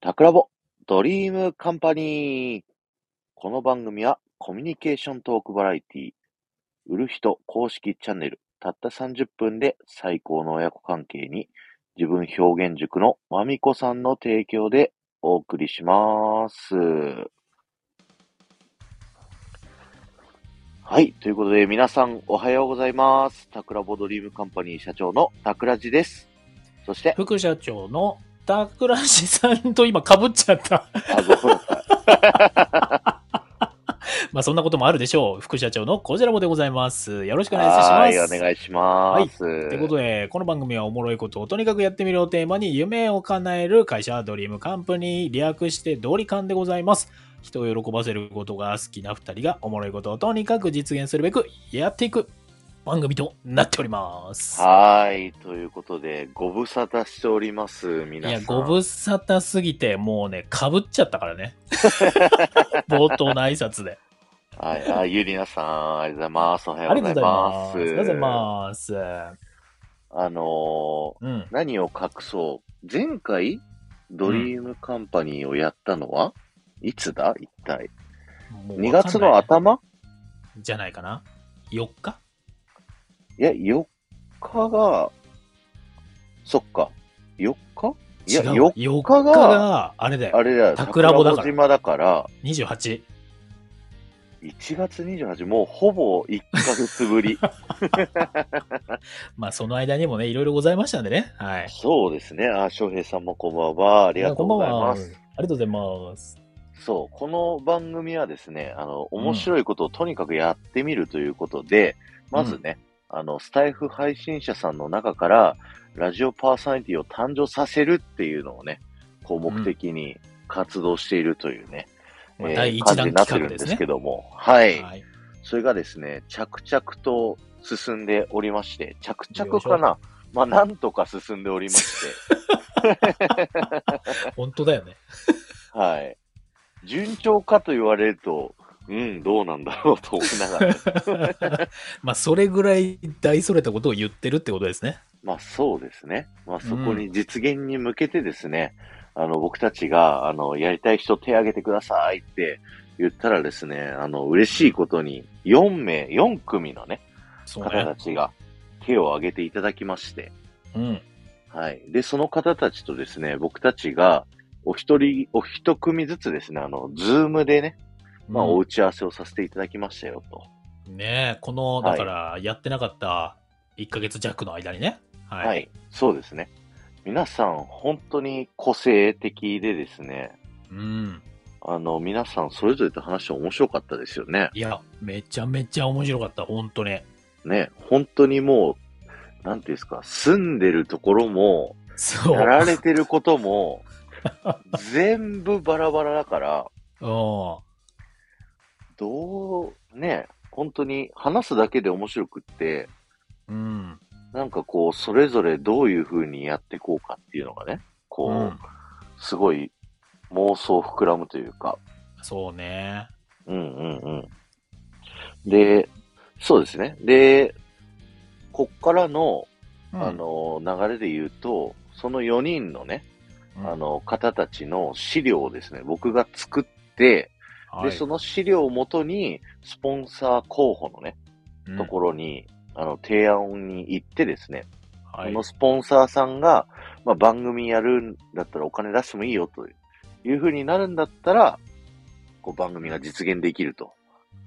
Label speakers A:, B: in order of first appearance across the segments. A: タクラボドリームカンパニーこの番組はコミュニケーショントークバラエティ売る人公式チャンネルたった30分で最高の親子関係に自分表現塾のまみこさんの提供でお送りします。はい。ということで、皆さんおはようございます。タクラボドリームカンパニー社長のタクラジです。そして、
B: 副社長の田倉氏さんと今かぶっちゃった。
A: あ、ごめんなさい。
B: まあそんなこともあるでしょう。副社長のこちらもでございます。よろしくお願いいたし
A: は
B: ます。
A: い、お願いします。はい、
B: ということで、この番組はおもろいことをとにかくやってみるをテーマに夢を叶える会社ドリームカンパニー、略してドリカンでございます。人を喜ばせることが好きな二人がおもろいことをとにかく実現するべくやっていく番組となっております。
A: はい、ということで、ご無沙汰しております、皆
B: い
A: さん。
B: や、ご無沙汰すぎて、もうね、かぶっちゃったからね。 冒頭の挨拶で。
A: はい、あ、ゆりなさん、ありがとうございます。おはよ
B: あ
A: う
B: り
A: ご
B: が
A: ざ
B: と
A: いう
B: ございま
A: ます
B: す。あ。りがとうございます。
A: あの
B: うん
A: ー、。何を隠そう。前回、ドリームカンパニーをやったのは、いつだ一体。
B: もう
A: 2
B: わか
A: 月
B: んない
A: の頭
B: じゃないかな。4日
A: いや、4日が、そっか。4日いや、
B: 違うわ
A: 4日
B: 4
A: が
B: 日が、あれだ
A: あ
B: よ。
A: れだよ。
B: 桜穂だから
A: 桜島だから、
B: 28。
A: 1月28、もうほぼ1ヶ月ぶ り。
B: まあ、その間にもね、いろいろございましたんでね。はい。
A: そうですね。あ、翔平さんもこんばんは。あ
B: あ
A: りがとうございま
B: あり
A: す。
B: がとうございます。
A: そう、この番組はですね、あの、面白いことをとにかくやってみるということで、まずね、あの、スタイフ配信者さんの中から、ラジオパーソナリティを誕生させるっていうのをね、こう目的に活動しているというね、
B: ま
A: え
B: あ
A: ー
B: 第一
A: 感じ
B: 弾
A: になって
B: 企
A: る
B: 画
A: ん
B: で
A: ですす
B: ね
A: け。ども、はい、
B: はい。
A: それがですね、着々と進んでおりまして、着
B: よ
A: 々
B: いし
A: か
B: ょ
A: な、まあ、なんとか進んでおりまして、
B: 本当だよね。
A: はい。順調かと言われると、うん、どうなんだろうと思いながら。
B: まあ、それぐらい大それたことを言ってるってことですね。
A: まあそうですね。まあそこに実現に向けてですね、あの僕たちが、あの、やりたい人手挙げてくださいって言ったらですね、あの、嬉しいことに4名、4組のね、
B: そう
A: 方
B: ね
A: た。ちが手を挙げていただきまして、
B: うん。
A: はい。で、その方たちとですね、僕たちが、お一人、お一組ずつですね、あの、ズームでね、まあ、
B: うん
A: お打ち合わせをさせていただきましたよ、と。
B: ねえ、この、
A: はい
B: だから、やってなかった1ヶ月弱の間にね。はい。
A: はい、そうですね。皆さん、本当に個性的でですね、
B: うん。
A: あの、皆さんそれぞれと話して面白かったですよね。
B: いや、めちゃめちゃ面白かった、本当に。
A: ね、本当にもう、なんていうんですか、住んでるところも、
B: そう。
A: やられてること も、全部バラバラだから、
B: うん。
A: どう、ね、本当に話すだけで面白くって、
B: うん。
A: なんかこう、それぞれどういう風にやっていこうかっていうのがね、こう、
B: うん
A: すごい妄想膨らむというか、
B: そうね。
A: うんうんうん。で、そうですね。で、こっからの、
B: うん
A: あ、の、流れで言うと、その4人のね、
B: うん
A: あ、の、方たちの資料をですね、僕が作って、
B: はい
A: で、その資料をもとに、スポンサー候補のね、
B: うん
A: ところに、あの、提案に行ってですね、
B: は
A: こ
B: い
A: の。スポンサーさんが、まあ、番組やるんだったらお金出してもいいよという、いう風になるんだったら、こう番組が実現できると。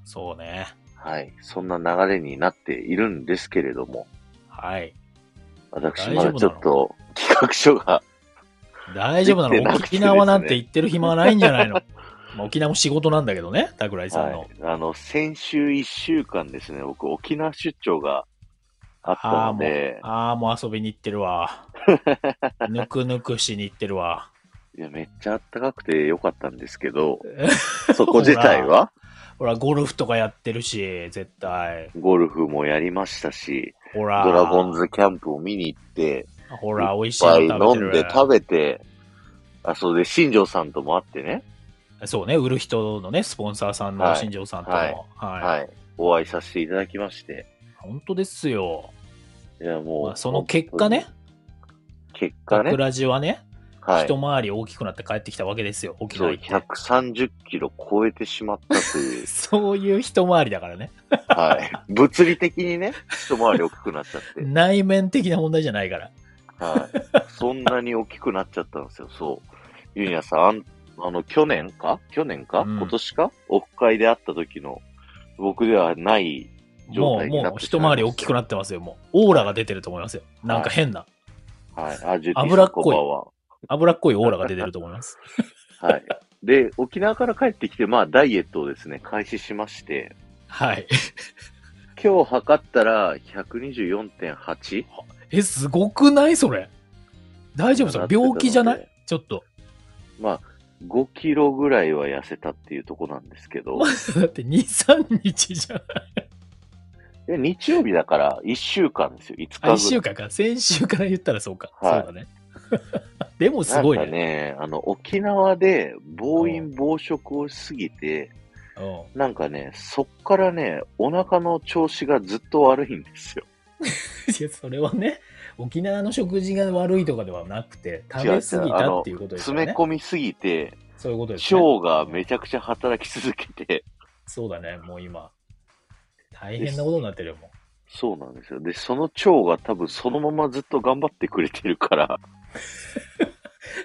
B: そうね。
A: はい。そんな流れになっているんですけれども、
B: はい。
A: 私
B: 大
A: ま
B: 丈
A: だ
B: 夫なの
A: ちょっと企画書が、
B: 大丈夫な
A: できてな
B: の
A: くてです
B: 沖
A: ね
B: 縄なんて行ってる暇はないんじゃないのまあ沖縄も仕事なんだけどね、桜井さんの。
A: はい。あの、先週1週間ですね、僕沖縄出張があった
B: ああ、
A: の
B: もう
A: で、、
B: ああ、もう遊びに行って るわ。ぬくぬくしに行ってるわ。
A: いや、めっちゃあったかくてよかったんですけ ど、そこ自体は、
B: ほら、ゴルフとかやってるし、絶対。
A: ゴルフもやりましたし、
B: ほら。
A: ドラゴンズキャンプを見に行って、
B: ほら、美味し
A: いっ
B: いの
A: ぱい
B: 食べて
A: 飲ん
B: る。
A: で食べて、あ、そうで、新庄さんとも会ってね、
B: そうね、売る人のね、スポンサーさん
A: は
B: の
A: い
B: 新庄さんとも。はい。
A: はい、お会いさせていただきまして、
B: 本当ですよ。
A: いや、もう、
B: まあその結果ね、
A: 結果ね。
B: 桜地はね、
A: はい。
B: 一回り大きくなって帰ってきたわけですよ、沖
A: そう、
B: 縄行って。。
A: 130キロ超えてしまったという
B: そういう一回りだからね。
A: はい。 物理的にね、一回り大きくなっちゃって。
B: 内面的な問題じゃないから。
A: はい。そんなに大きくなっちゃったんですよ。そう。ゆうにゃさんあん、あの、去年か去年か、
B: うん
A: 今年かオフ会で会った時の、僕ではない、状
B: もう、
A: 態になっ
B: もう
A: てし
B: 一
A: まいました
B: 回り大きくなってますよ、もう。オーラが出てると思いますよ。なんか変な、
A: はい。アジュティ
B: 脂っこい
A: は。
B: 脂っこいオーラが出てると思 います。
A: はい。で、沖縄から帰ってきて、まあ、ダイエットをですね、開始しまして、
B: はい。
A: 今日測ったら 124.8?
B: え、すごくないそれ。大丈夫ですか病気じゃないちょっと。
A: まあ、5キロぐらいは痩せたっていうとこなんですけ ど、
B: だって2、3日じゃん。
A: で日曜日だから1週間ですよ、5日ぐ
B: あ、
A: ら
B: 1
A: い。
B: 週間か。先週から言ったらそうか。
A: はい
B: そうだね。 でもすごい
A: なん
B: ね。
A: かね、あの、沖縄で暴飲暴食をしすぎて、
B: うん
A: なんかね、そっからね、お腹の調子がずっと悪いんですよ。
B: いや、それはね、沖縄の食事が悪いとかではなくて、食べ過ぎ
A: 違う違うあ
B: た
A: の
B: っていうことですよ
A: 詰め
B: ね。
A: 込みすぎて、
B: そういうことですね。
A: 腸がめちゃくちゃ働き続けて、
B: そうだね、もう今。大変なことになってるよ、も
A: そうなんですよ。で、その腸が多分そのままずっと頑張ってくれてるから、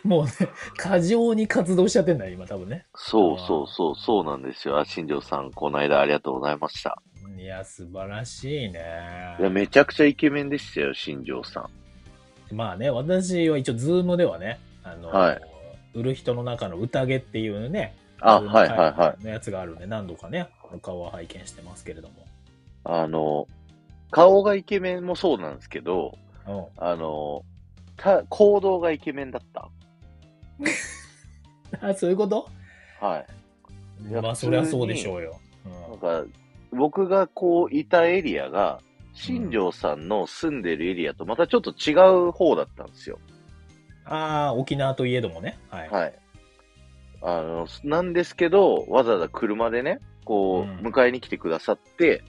B: う。 もうね、過剰に活動しちゃってんだよ、今、多分ね。
A: そう
B: あー
A: そうそう、そうなんですよ。あ、新庄さん、この間ありがとうございました。
B: いや、素晴らしいね
A: いや、。めちゃくちゃイケメンでしたよ、新庄さん。
B: まあね、私は一応、ズームではね、あの、
A: はい
B: 売る人の中の宴っていうね、
A: あ、
B: ズーム
A: はいはいはい。
B: のやつがあるんで、何度かね、お顔は拝見してますけれども。
A: あの、顔がイケメンもそうなんですけど、
B: うん
A: あの、た行動がイケメンだった。
B: あ、そういうこと
A: はい。いや
B: まあ、そりゃそうでしょうよ。うん
A: なんか、僕がこういたエリアが、新庄さんの住んでるエリアとまたちょっと違う方だったんですよ。
B: ああ、沖縄といえどもね。はい。
A: はい。あの、なんですけど、わざわざ車でね、こう、
B: うん
A: 迎えに来てくださって、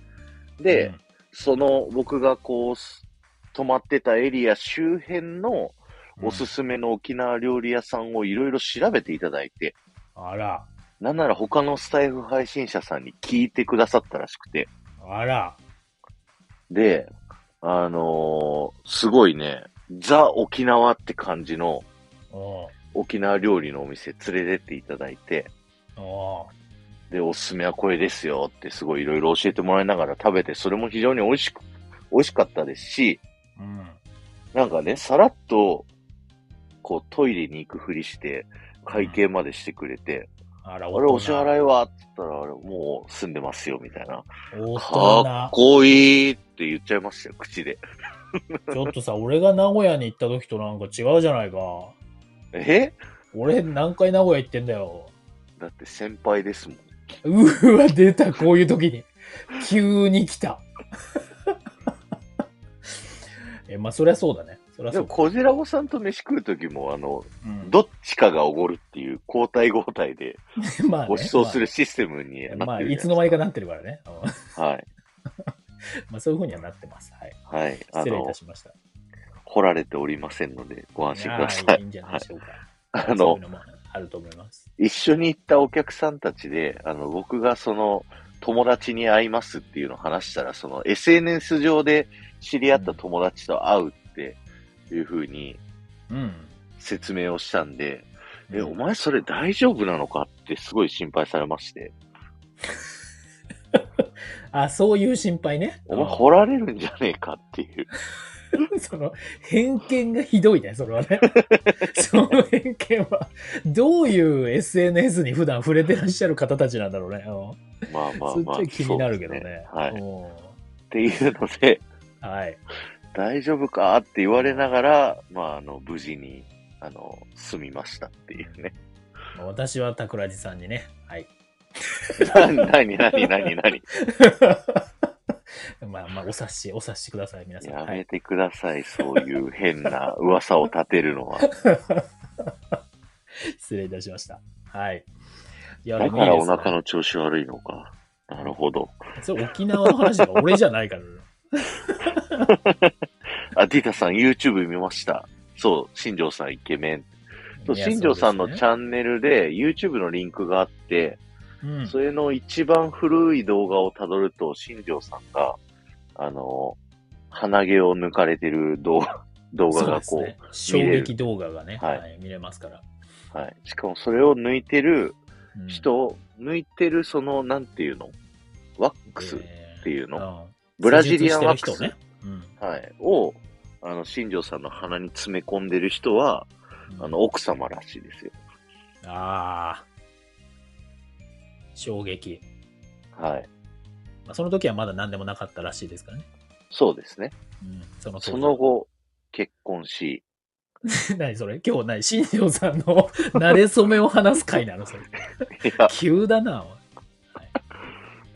A: で、その僕がこうす、泊まってたエリア周辺の
B: うん、
A: おすすめの沖縄料理屋さんをいろいろ調べていただいて、
B: あら、
A: なんなら他のスタイフ配信者さんに聞いてくださったらしくて、
B: あら、
A: で、あのーすごいね、ザ沖縄って感じの
B: お
A: 沖縄料理のお店連れてっていただいて、
B: うんお
A: で、おすすめはこれですよってすごいいろいろ教えてもらいながら食べて、それも非常に美味しく、美味しかったですし、
B: うん、うん。
A: なんかね、さらっと、こうトイレに行くふりして、会計までしてくれて、
B: あら、
A: あれお支
B: い。
A: 払いはって言ったら、あれもう住んでますよ、みたいな。
B: 大
A: かっ
B: 人。
A: こいいって言っちゃいましたよ、口で。
B: ちょっとさ、俺が名古屋に行った時となんか違うじゃないか。
A: え
B: 俺、何回名古屋行ってんだよ。
A: だって先輩ですもん。
B: うわ、出た、こういう時 に。急に来た。え、まあ、そりゃそうだね。そりゃ
A: で
B: そ
A: も、
B: うか。
A: 小ラボさんと飯食う時も、あの、
B: うん
A: どっちかがおごるっていう交代交代で
B: まあね
A: ご馳走するシステムに
B: まあま
A: なっ
B: あ、
A: てる
B: い
A: じ
B: つ
A: ゃな
B: の
A: い
B: 間にかなってるからね。うん
A: ですか。はい。
B: まあ、そういうふうにはなってます。はい。
A: はい。あ
B: 失礼い
A: の
B: た、しました。
A: 掘られておりませんので、ご安心くだ
B: や
A: さ
B: ーい
A: い。
B: いんじゃないでしょうか。
A: あ
B: そうい
A: の
B: う、のもあると思います。
A: 一緒に行ったお客さんたちで、あの、僕がその、友達に会いますっていうのを話したら、その SNS 上で知り合った友達と会うっていうふうに
B: うん。
A: 説明をしたんで、え、お前それ大丈夫なのかってすごい心配されまして、
B: あ、そういう心配ね。
A: お前掘られるんじゃねえかって いう。
B: その、偏見がひどいね、それ はね。その偏見は、どういう SNS に普段触れてらっしゃる方たちなんだろうね。うん
A: まあまあ
B: そっち
A: まあ。
B: は気になるけどね。
A: そうですはい。っ
B: う
A: ていうので、
B: んはい。
A: 大丈夫かって言われながら、まあ、あの、無事に、あの、済みましたっていうね。
B: 私は桜地さんにね、はい。
A: な、なになになになに
B: まあまあ、お察し、お察しください、皆さん。
A: や
B: はい
A: めてください、そういう変な噂を立てるのは。
B: 失礼いたしました。はい。いや
A: だから
B: いいで
A: お
B: すね
A: 腹の調子悪いのか。なるほど。
B: それ沖縄の話だから俺じゃないから。
A: あ、ディータさん YouTube 見ました。そう、新庄さんイケメン。 そう新庄さんのチ
B: ャ
A: ャンネルで YouTube のリンクがあって、
B: ン
A: それの一番古い動画をたどると、新庄さんが、あの、鼻毛を抜かれてる動画動画がこう、
B: 衝
A: 見れる
B: 撃動画がね、
A: はい
B: はい見れますから。
A: はい。しかもそれを抜いてる
B: うん
A: 人を、抜いてるその、なんていうのワックス、ていうの
B: の
A: ブラジリアンワックス、
B: ね。うん
A: はい。を、あの、新庄さんの鼻に詰め込んでる人は、あの、奥様らしいですよ。
B: あー衝撃。
A: はい。
B: まあ、その時はまだ何でもなかったらしいですからね。
A: そうですね。
B: うん、その当時
A: その。後、結婚し、
B: 何それ今日何新庄さんの 慣れ初めを話す回な のそれ。
A: いや、
B: 急だな、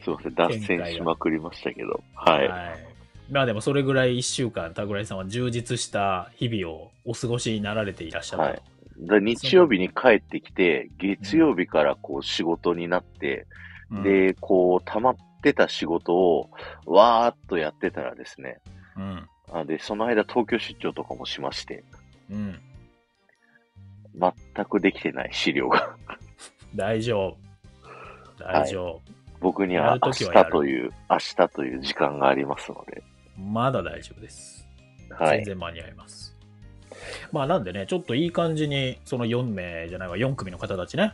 A: すいません、脱
B: 見解
A: 線
B: が
A: しまくりましたけど、
B: お
A: はいい。
B: はい。まあでもそれぐらい1週間、田倉さんは充実した日々をお過ごしになられていらっしゃったと。
A: はいで日曜日に帰ってきて、月曜日からこう仕事になって、
B: うん、
A: で、こう溜まってた仕事をわーっとやってたらですね、
B: うん。
A: あで、その間東京出張とかもしまして、
B: うん。
A: 全くできてない資料が、
B: 大丈夫。大丈夫。
A: 僕に
B: や
A: は
B: る
A: 明
B: ときはや
A: 日
B: る
A: という、明日という時間がありますので、
B: まだ大丈夫です。
A: はい
B: 全。然間に合います。まあなんでね、ちょっといい感じに、その4名じゃないわ、4組の方たちね、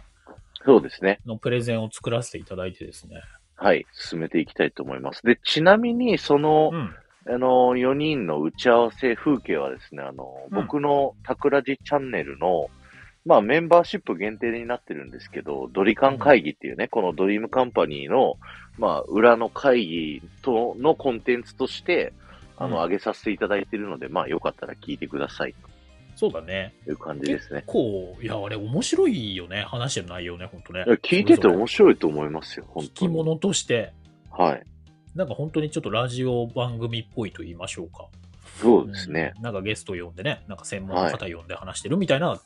A: そうですね。
B: のプレゼンを作らせていただいてですね。
A: はい。進めていきたいと思います。で、ちなみに、その、
B: うん。
A: あの、4人の打ち合わせ風景はですね、あの、
B: うん
A: 僕のタクラジチャンネルの、まあメンバーシップ限定になってるんですけど、ドリカン会議っていうね、このドリームカンパニーの、まあ裏の会議とのコンテンツとして、あの、
B: うん
A: 上げさせていただいてるので、まあよかったら聞いてください
B: そうだね。
A: という感じですね。
B: こう、いや、あれ面白いよね。話してる内容ね、ほんとね
A: いや。聞いてて面白いと思いますよ、本
B: 聞
A: 当
B: き
A: に。
B: 物として、
A: はい。
B: なんか本当にちょっとラジオ番組っぽいと言いましょうか。
A: そうですね。
B: うんなんかゲスト呼んでね、なんか専門の方呼んで話してるみたいな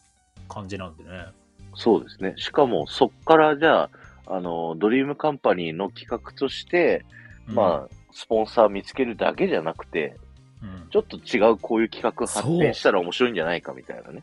B: 感じなんでね。
A: そうですね。しかも、そっからじゃあ、あの、ドリームカンパニーの企画として、まあ、スポンサー見つけるだけじゃなくて、
B: あ、うん
A: ちょっと違うこういう企画発展したら面白いんじゃないかみたいなね。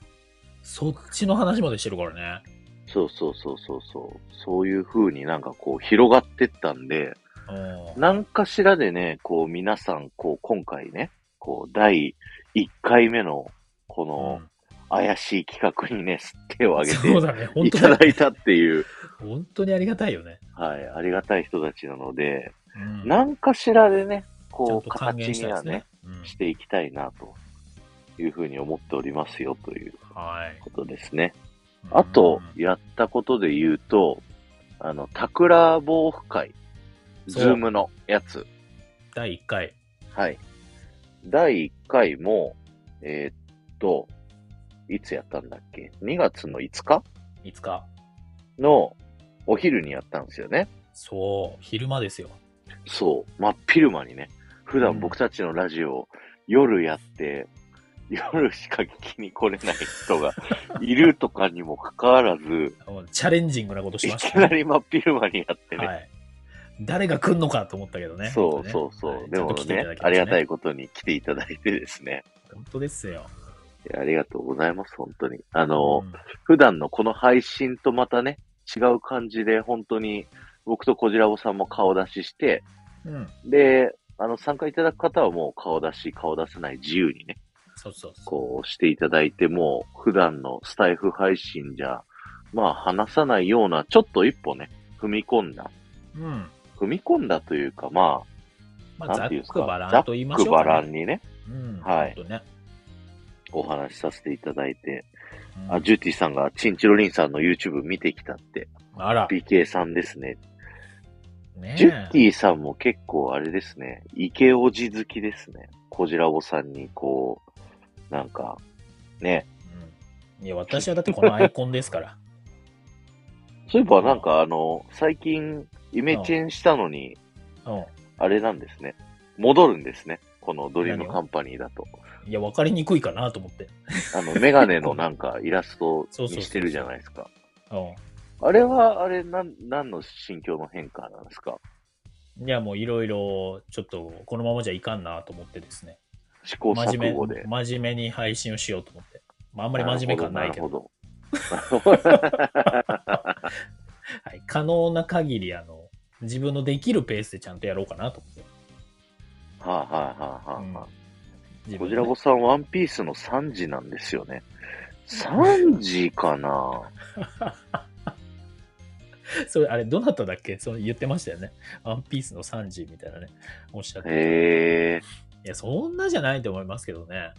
B: そっちの話までしてるからね。
A: そうそうそうそうそう。そういう風になんかこう広がってったんで、
B: うん
A: 何かしらでね、こう皆さん、こう今回ね、こう第1回目のこの怪しい企画にね、手を挙
B: そう
A: げ
B: だね、
A: て
B: 本
A: い
B: 当
A: た
B: だ
A: だいたっていう、
B: 本当にありがたいよね。
A: はい、ありがたい人たちなので、
B: うん
A: 何かしらでね、
B: ちゃん
A: ことう
B: 還
A: 形
B: 元した
A: に
B: いで
A: は
B: す
A: ね
B: ね、。うん
A: していきたいなというふうに思っておりますよという
B: はい。
A: ことですね。あと、
B: うん
A: やったことで言うと、あの、桜防府会、ズ
B: そう
A: ームのやつ。
B: 第1回。
A: はい。第1回も、えーっと、いつやったんだっけ ?2 月の5日
B: いつか。
A: のお昼にやったんですよね。
B: そう、昼間ですよ。
A: そう。真っ昼間にね。普
B: うん
A: 段僕たちのラジオを夜やって、夜しか聞きに来れない人 がいるとかにもかかわらず、
B: うんチャレンジングなことし
A: い
B: まし
A: き
B: た
A: な
B: ね。
A: り真っ昼間にやってね。
B: はい。誰が来んのかと思ったけどね。
A: そうそうそう。
B: はい
A: でも
B: ちゃんと来てい
A: ね
B: ただきました
A: ありがたいことに来ていただいてですね。
B: 本当ですよ。
A: いやありがとうございます、本当に。あの、
B: うん
A: 普段のこの配信とまたね、違う感じで、本当に、僕とこじらぼさんも顔出しして、
B: うん。
A: で、あの、参加いただく方はもう顔出し、顔出さない自由にね、
B: そうそうそう。
A: こうしていただいて、もう普段のスタイフ配信じゃ、まあ話さないような、ちょっと一歩ね、踏み込んだ。
B: うん。
A: 踏み込んだというか、まあ、
B: まあ、
A: な
B: ざ
A: ん
B: って
A: いうんです
B: く
A: か、
B: ばら
A: ざ
B: んと言いま
A: っ
B: し
A: く
B: ょう
A: ば
B: からね。
A: んにね、
B: うん。
A: はい
B: ほんとね。
A: お話しさせていただいて、
B: うん
A: あ、ジューティさんがチンチロリンさんの YouTube 見てきたって、
B: あら。
A: BK さんですね。
B: ねえ
A: ジュッティさんも結構あれですね、イケオジ好きですね。コジラボさんにこう、なんか、ね。
B: うんいや、私はだってこのアイコンですから。
A: そういえばなんかあの、最近イメチェンしたのに、
B: うん。
A: あれなんですね。戻るんですね。このドリームカンパニーだと。
B: いや、分かりにくいかなと思って。
A: あの、メガネ のなんかイラストにしてるじゃないですか。
B: う
A: あれは、あれ、なん、何の心境の変化なんですか
B: ん。いや、もういろいろ、ちょっと、このままじゃいかんなと思ってですね。
A: 試行
B: 真
A: 錯誤
B: 面
A: で。
B: 目、真面目に配信をしようと思って。まあ、あんまり真面目感ないけど。
A: るほど。
B: はい、可能な限り、あの、自分のできるペースでちゃんとやろうかなと思って。
A: あはあはあはあはあ。
B: 自
A: こ
B: 分
A: じ
B: で
A: らぼさん、ワンピースの3時なんですよね。3時かな
B: それ、あれ、どなただっけそれ言ってましたよね。ワンピースの3時みたいなね、おっしゃって。
A: へえ。
B: いや、そんなじゃないと思いますけどね。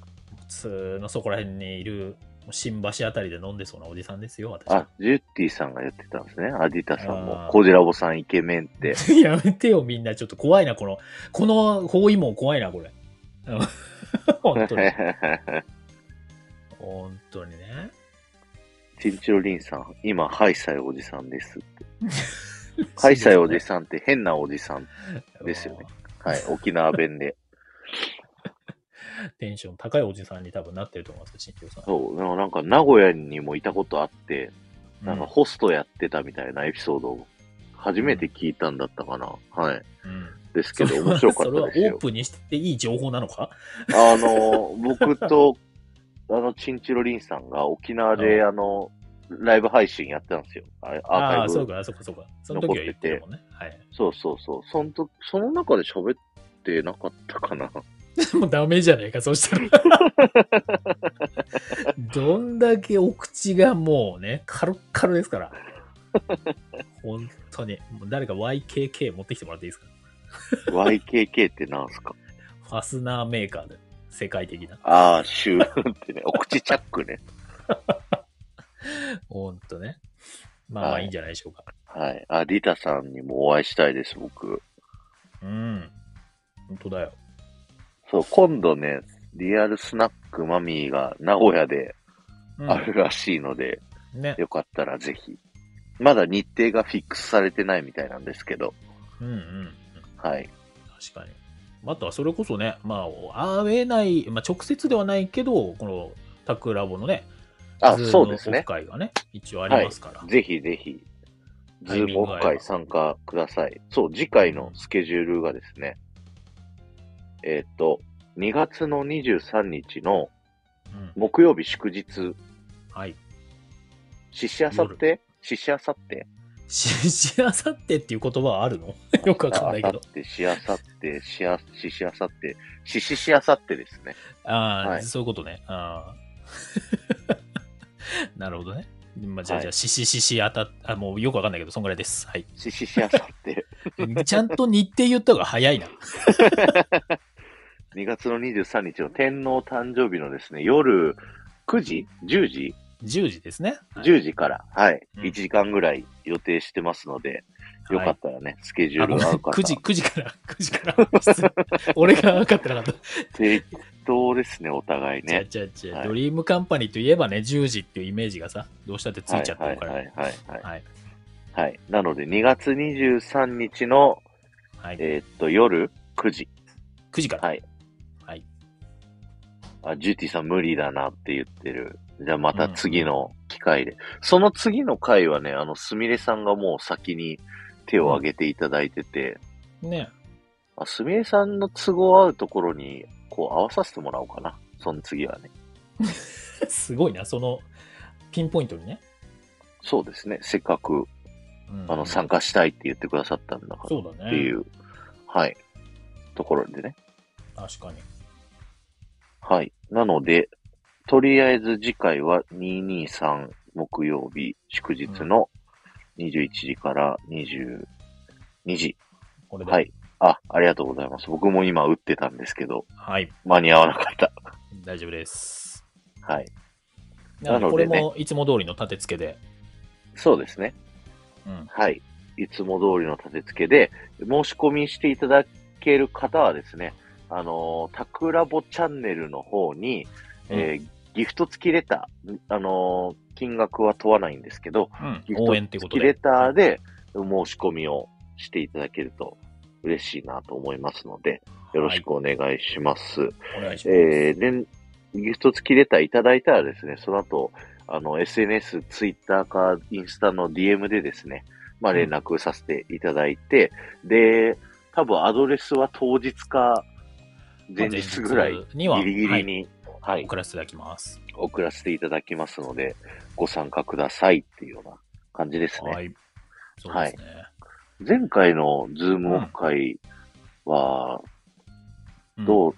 B: 普通のそこら辺にいる、新橋あたりで飲んでそうなおじさんですよ、私。
A: あ、ジュッティさんがやってたんですね。アディタさん
B: あ
A: も
B: ー。
A: こじらぼさんイケメンって。
B: やめてよ、みんな。ちょっと怖いな、この、この包囲網怖いな、これ。 うん本当に。本当にね。
A: チンチロリンさん、今、ハイサイおじさんです。ハイサイおじさんって変なおじさん。ですよねはい、沖縄弁で。
B: うん。テンション高いおじさんに多分なってると思いますよ、新庄さん。
A: そう、でもなんか名古屋にもいたことあって、
B: う
A: なんかホストやってたみたいなエピソードを初めて聞いたんだったかな。はい。
B: うん
A: ですけ
B: それ
A: ど、
B: は
A: 面白かったです
B: それはオ
A: よ
B: ー。プンにしていい情報なのか
A: あの、僕と、 あの、チンチロリンさんが沖縄で、あの、ライブ配信やってたんですよ。あアー
B: あ
A: カ
B: あ、
A: イブ。
B: そうか、そうか、そうか。その時は言ってるもんね。はい。
A: そうそうそう。そのと、その中で喋ってなかったかな。
B: もうダメじゃないか、そしたら。 どんだけお口がもうね、カルッカルですから。本当に。もう誰か YKK 持ってきてもらっていいですか
A: YKK ってなんすか
B: ファスナーメーカーで、世界的な。
A: ああ、シューってね。お口チャックね。
B: ほんとね。まあまあ
A: はい
B: いんじゃないでしょうか。
A: はい。あ、リタさんにもお会いしたいです、僕。
B: うん。本当だよ。
A: そう、今度ね、リアルスナックマミーが名古屋で
B: うん
A: あるらしいので、
B: ね。
A: よかったらぜひ。まだ日程がフィックスされてないみたいなんですけど、
B: うんうん。
A: はい。
B: 確かに。あとはそれこそね、まあ、会えない、まあ直接ではないけど、このタクラボのね、
A: あ、
B: ズーム
A: そうです
B: オフ
A: ね。
B: 会がね、一応ありますから。
A: ぜひぜひ、ズ
B: タイミン
A: ームオ
B: グが合
A: フ
B: えば
A: 会参加ください。そう、次回のスケジュールがですね、えーっと、2月の23日の
B: うん
A: 木曜日祝日、
B: はい。
A: ししあさってししあさって
B: し、 しあさってっていう言葉はあるの よくわかんないけ
A: あさ
B: ど
A: っ。て、しあさって、しあ、ししあさって、しししあさってですね。
B: ああ、
A: はい
B: そういうことね。ああ。 なるほどね。まあ、じゃあ、
A: はい
B: じゃあ、ししししあた、あ、もうよくわかんないけど、そんぐらいです。はい。
A: しししあさ って、
B: ちゃんと日程言った方が早いな。
A: 2月の23日の天皇誕生日のですね、夜9時 ?10 時
B: 10時ですね。はい
A: ?10 時から、はい、
B: うん
A: 1時間ぐらい予定してますので、よかったらね、スケジュー
B: あ
A: ル
B: ごめん
A: が合う方。
B: 9時、9時から、9時 から。失礼俺が分かってなかった。
A: 適当ですね、お互い
B: じゃあ
A: ね。
B: じゃあじゃあ
A: はい
B: ドリームカンパニーといえばね、10時っていうイメージがさ、どうしたってつ
A: はいい
B: ちゃって
A: は
B: る
A: い
B: から。
A: は
B: はいい。
A: はい、はい。
B: はい。
A: はい。なので、2月23日の、えーっと、夜9時。
B: 9時から。
A: はい。
B: はい。
A: あ、ジュティさん無理だなって言ってる。じゃあまた次の機会で。その次の回はね、あの、すみれさんがもう先に手を挙げていただいてて、
B: ね
A: あすみれさんの都合合うところに、こう合わさせてもらおうかな。その次はね。
B: すごいな、その、ピンポイントにね。
A: そうですね。せっかく、
B: うん
A: あの、参加したいって言ってくださったんだから。
B: そうだ
A: ってい
B: ね。
A: う、はい、ところでね。
B: 確かに。
A: はい。なので、とりあえず次回は223木曜日祝日の21時から22時。
B: これで。
A: は。い。あ、ありがとうございます。僕も今打ってたんですけど、
B: はい。
A: 間に合わなかった。
B: 大丈夫です。
A: はい。
B: な
A: な
B: ので、
A: の
B: こ
A: で
B: れ
A: ね
B: もいつも通りの立て付けで。
A: そうですね。
B: うん。
A: はい。いつも通りの立て付けで、申し込みしていただける方はですね、あのータクラボチャンネルの方に、えーギフト付きレター、あのー金額は問わないんですけど、
B: うん
A: ギフ
B: 応
A: ト
B: 援って
A: 付
B: こと
A: きレ
B: で。
A: ターで申し込みをしていただけると嬉しいなと思いますので、よろしくお願いします。
B: お願いします。
A: えーで、ギフト付きレターいただいたらですね、その後、あの、SNS、ツイッターか、インスタの DM でですね、まあ、連絡させていただいて、で、多分アドレスは当日か、前日ぐらい、
B: には、
A: ギリギ
B: は
A: リ
B: い
A: に、はい、
B: 送らせていただきます。
A: 送らせていただきますので、ご参加くださいっていうような感じですね。
B: はい。そうですね。
A: 前回のズームオフ会は、
B: うん
A: どう、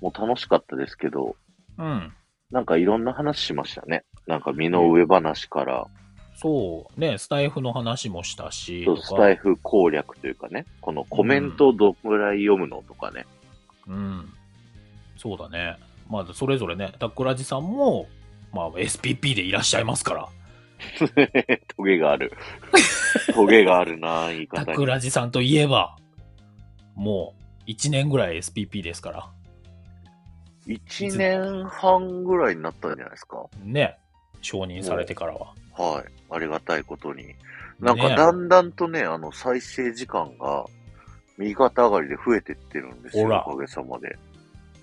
A: もう楽しかったですけど、
B: うん。
A: なんかいろんな話しましたね。なんか身の上話から、
B: そう。ね、スタイフの話もしたし、
A: そう
B: とか
A: スタイフ攻略というかね、このコメントをどんぐらい読むのとかね。
B: うん。そうだね。まあ、それぞれね、タックラジさんも、まあ、SPP でいらっしゃいますから、
A: トゲがあ る。トゲがあるな、言い
B: タ
A: 方
B: ック
A: に。
B: ラジさんといえば、もう、1年ぐらい SPP ですから。
A: 1年半ぐらいになったんじゃないですか。
B: ね。承認されてからは。
A: はい。ありがたいことに。なんか
B: ね
A: だんだんとね、あの、再生時間が、右肩上がりで増えてってるんです
B: ほ
A: よ。
B: ら
A: おかげさまで。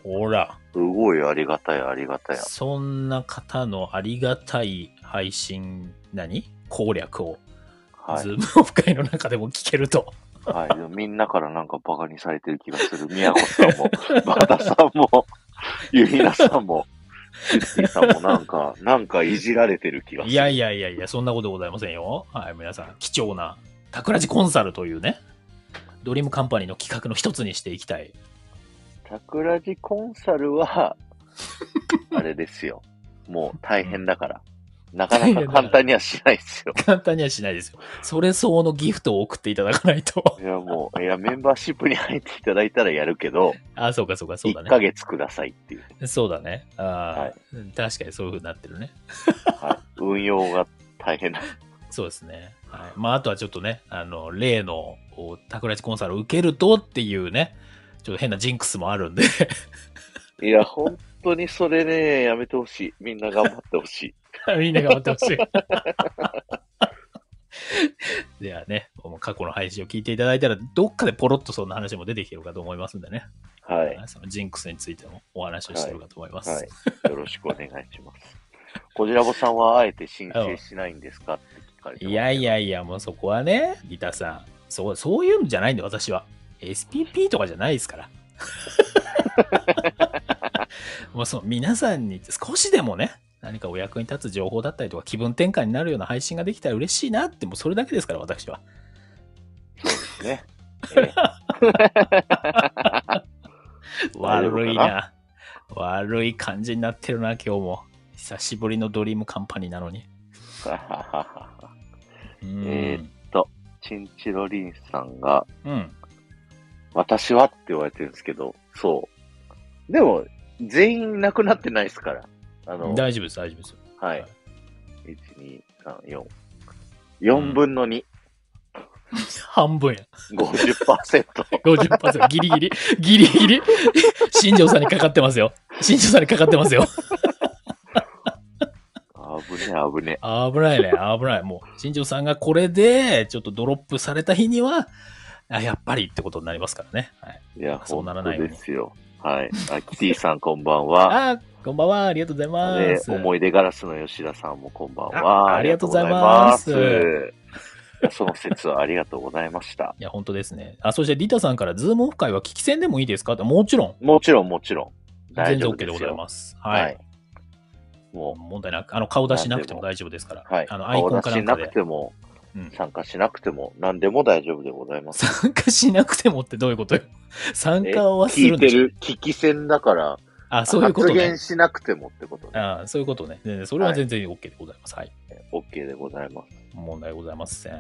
B: ほら、
A: すごいありがたい、ありがたい。
B: そんな方のありがたい配信、何攻略を、
A: は
B: ズ
A: い。
B: ームオフ会の中でも聞けると。
A: はい。でもみんなからなんかバカにされてる気がする。宮古さん も、バタさんも、ゆりなさんも、ゆッティさんもなんか、なんかいじられてる気がする。
B: いやいやいやいや、そんなことございませんよ。はい、皆さん、貴重な、タクラジコンサルというね、ドリームカンパニーの企画の一つにしていきたい。
A: タクラジコンサル は、あれですよ。もう大変だから。なかなか簡単にはしないですよ。
B: 簡単にはしないですよ。それ相応のギフトを送っていただかないと。
A: いや、もう、いや、メンバーシップに入っていただいたらやるけど、
B: あ、そうかそうか、そうだ
A: 1ヶ
B: ね。
A: 月くださいっていう。
B: そうだね。あー
A: はい
B: うん確かにそういう風になってるね。
A: はい、運用が大変だ。
B: そうですね。はい、まあ、あとはちょっとね、あの、例の、おタクラジコンサルを受けるとっていうね、ちょっと変なジンクスもあるんで、
A: いや、本当にそれね、やめてほしい。みんな頑張ってほしい。
B: みんな頑張ってほしい。 ではね、もう過去の配信を聞いていただいたら、どっかでポロッとそんな話も出てきてるかと思いますんでね。
A: はい。
B: そのジンクスについてもお話をしてるかと思います。
A: はい。よろしくお願いします。こじらぼさんはあえて申請しないんですかって聞かれてますけ
B: い、
A: ど
B: やい。やいや、もうそこはね、ギターさん、そうそういうのじゃないんで、私は。SPP とかじゃないです から。もうその皆さんに少しでもね、何かお役に立つ情報だったりとか、気分転換になるような配信ができたら嬉しいなって、もうそれだけですから、私は。
A: ね。ええ
B: 悪いな。悪い感じになってるな、今日も。久しぶりのドリームカンパニーなのに。うん。
A: え チンチロリンさんが、
B: うん。
A: 私はって言われてるんですけど、そう。でも、全員亡くなってないですから。あの、
B: 大丈夫です、大丈夫です。
A: はい。1、2、3、4。4分の2。
B: 半分や。
A: 50%。
B: 50%。ギリギリ。ギリギリ。新庄さんにかかってますよ。新庄さんにかかってますよ。
A: 危ね、危ね。
B: 危ないね、危ない。もう、新庄さんがこれで、ちょっとドロップされた日には、あ、やっぱりってことになりますからね。はい、
A: いや、
B: そう
A: 本
B: なら
A: 当
B: ないように
A: ですよ。はい。あ、キティさんこんばんは。
B: あ、こんばんは。ありがとうございま
A: ね、
B: す。
A: 思い出ガラスの吉田さんもこんばん
B: あ
A: は。
B: ありがとうございます
A: ありがとうございます。その説はありがとうございました。
B: いや、本当ですね。あ、そして、リタさんから、ズームオフ会は聞き戦でもいいですかって、もちろん、
A: もちろん、もちろん。大
B: 全
A: 丈
B: 然
A: 夫
B: OK
A: で
B: ですご
A: よ。
B: ざいます。はい。
A: も
B: 問題なく、あの、顔出しなくても大丈夫ですから。
A: う、はい。
B: あの、アイコンか
A: 顔出
B: なん
A: し
B: か
A: な
B: で
A: く。ても、
B: うん
A: 参加しなくても、何でも大丈夫でございます。
B: 参加しなくてもってどういうことよ。参
A: え
B: 加はす
A: 聞
B: る
A: い
B: んで
A: て
B: しょ
A: る、聞き戦だから、
B: あ、そういうこと
A: 発
B: ね
A: 言。しなくてもってことね。
B: あそういうことね。全然それは全然 OK でございます。はい。
A: OK でございます。
B: 問題ございません。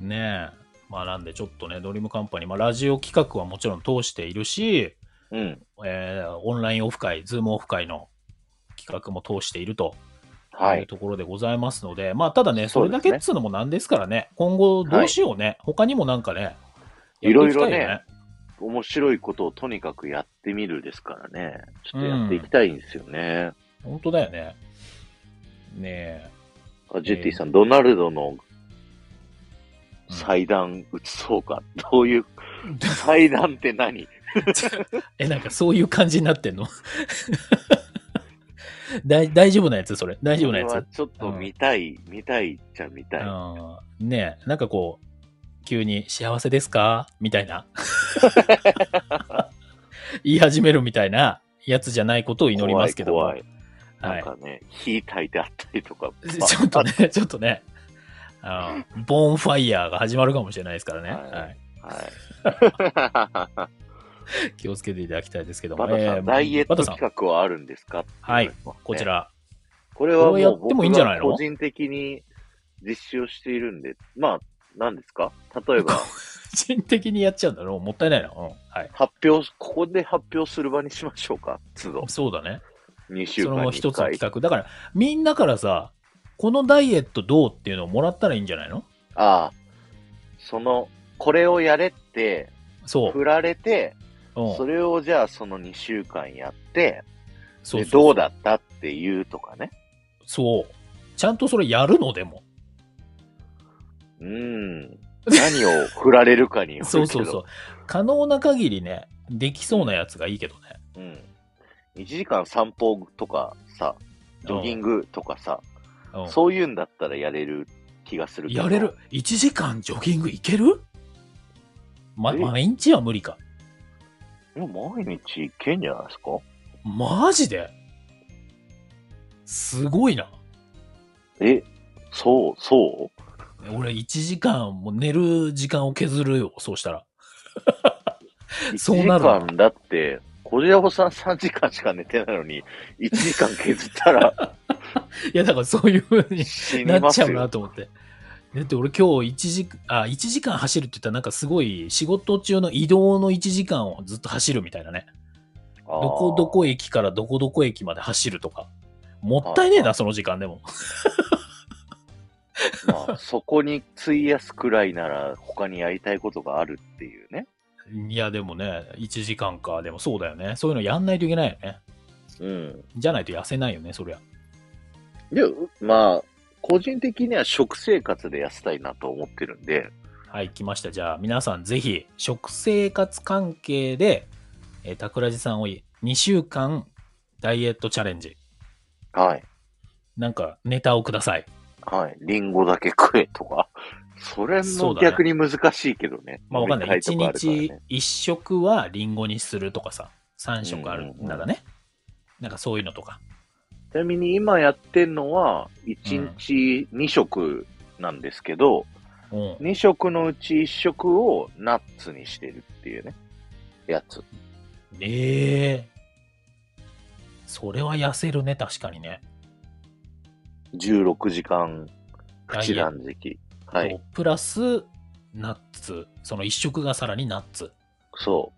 B: ねえ。まあ、なんで、ちょっとね、ドリームカンパニー、まあ、ラジオ企画はもちろん通しているし、
A: うん。
B: えーオンラインオフ会、ズームオフ会の企画も通していると。
A: はいいう
B: ところでございますので、まあ、ただね、そ
A: そう
B: れ
A: です
B: だ
A: ね
B: けっつうのもなんですからね、今後どうしようね、他にもなんかね、
A: いろいろ
B: やっていきた
A: ね
B: よ
A: 面白いことをとにかくやってみるですからね。ちょっとやっていきたいんですよね。
B: 本当だよね。ね
A: あジェッティさん、ドナルドの祭壇打ちそうか。どう いう、祭壇って何
B: え。え、なんかそういう感じになってんの 大大丈夫なやつそれ。大丈夫なや
A: これ
B: つ
A: はちょっと見たい、見たいっちゃ見たい。
B: うん。ねえ、なんかこう、急に幸せですかみた いな。言い始めるみたいなやつじゃないことを祈りますけども。
A: 怖いな
B: は
A: ん
B: い。
A: かね、火炊いてあったりとか。
B: ちょっとね、ちょっとね、あの、ボーンファイヤーが始まるかもしれないですからね。
A: はい
B: はい。
A: はい。
B: 気をつけていただきたいですけども。
A: バタさ
B: えー
A: ん、ダイエッ
B: バ
A: ト
B: タさん
A: 企、画はあるんですか
B: はい。
A: ってうのがね
B: こちら。
A: これは
B: これやってもいいんじゃないの
A: 僕が個人的に実施をしているんで、まあ、何ですか例えば、
B: 個人的にやっちゃうんだろう。もったいないな。うん。はい。
A: 発表、ここで発表する場にしましょうか都度。
B: そうだね。
A: 2週
B: そ
A: 間
B: の
A: に
B: 一
A: 1
B: つの
A: 回
B: 企。画。だから、みんなからさ、このダイエットどうっていうのをもらったらいいんじゃないの
A: ああ。その、これをやれって、
B: そう。
A: 振られて、
B: うん
A: それをじゃあその2週間やって、
B: そ
A: で
B: うそう
A: どうだったっていうとかね。
B: そう。ちゃんとそれやるのでも。
A: うーん。何を振られるかによるけど。
B: そうそうそう。可能な限りね、できそうなやつがいいけどね。
A: うん。1時間散歩とかさ、ジョギングとかさ、
B: うん
A: そういうんだったらやれる気がするけど。
B: やれる ?1 時間ジョギングいけるま、
A: え
B: 毎日は無理か。
A: いや毎日行けんじゃないですか
B: マジですごいな。
A: え、そう、そう
B: 俺1時間もう寝る時間を削るよ、そうしたら。そうなる
A: 1時間だって、小じらほさん3時間しか寝てないのに、1時間削ったら
B: いや、だからそういう風に
A: 死に
B: な
A: ま
B: っ
A: す
B: ちゃ
A: よ。
B: うなと思って。だって俺今日1時間、あ、1時間走るって言ったらなんかすごい仕事中の移動の1時間をずっと走るみたいなね。
A: あー
B: どこどこ駅からどこどこ駅まで走るとか。もったいねえ
A: は
B: な、その時間でも。
A: まあ、そこに費やすくらいなら、他にやりたいことがあるっていうね。
B: いや、でもね、1時間か。でもそうだよね。そういうのやんないといけないよね。
A: うん。
B: じゃないと痩せないよね、そりゃ。
A: で、まあ、個人的には食生活で痩せたいなと思ってるんで、
B: はい、来ました。じゃあ、皆さんぜひ、食生活関係で、えー、桜地さんを2週間ダイエットチャレンジ。
A: はい。
B: なんか、ネタをください。
A: はい。リンゴだけ食えとか。それ
B: そ
A: も
B: うだね
A: 逆に難しいけどね。
B: まあ、わかんない。
A: 飲み会と
B: 1
A: かある
B: 日
A: からね
B: 1食はリンゴにするとかさ、3食あるんだかね。なんかそういうのとか。
A: ちなみに今やってんのは、1日2食なんですけど、
B: うん。
A: 2食のうち1食をナッツにしてるっていうね、やつ。
B: ええそれは痩せるね、確かにね。
A: 16時間プチ断食。は
B: と
A: い。
B: プラスナッツその一食がさらにナッツ
A: そ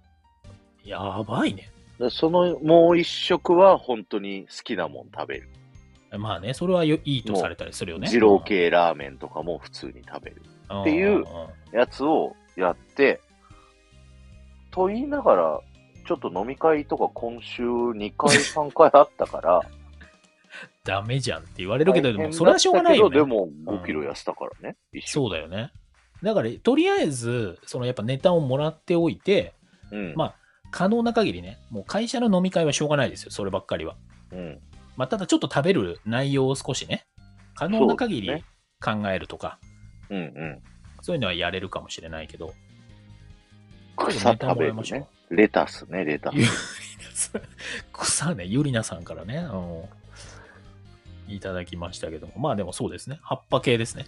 B: やばいね
A: う。でそのもう1食は本当に好きなもん食べる。
B: まあねそれはよいいとされたりするよね
A: 二郎系ラーメンとかも普通に食べるっていうん
B: んん
A: やつをやって、と言いながら、ちょっと飲み会とか今週2回 3回あったから、
B: ダメじゃんって言われるけど
A: 大
B: で
A: 変
B: もそれはしょうがないよ、
A: だった
B: ね、
A: けどでも5キロ痩せたからね、一緒。
B: そうだよねだからとりあえずそのやっぱネタをもらっておいて
A: うん。
B: まあ可能な限りねもう会社の飲み会はしょうがないですよそればっかりは、
A: うん。
B: まあ、ただちょっと食べる内容を少しね可能な限
A: そうで
B: り考えるとか
A: うんうん。
B: そういうのはやれるかもしれないけどちょっと
A: 草
B: ネタ
A: 食
B: も
A: べ
B: らい
A: る
B: ましょう
A: ね。レタスね、レタス
B: ゆ。りなさん。 草ね、ゆりなさんからね、あの、いただきましたけども。まあでもそうですね。葉っぱ系ですね。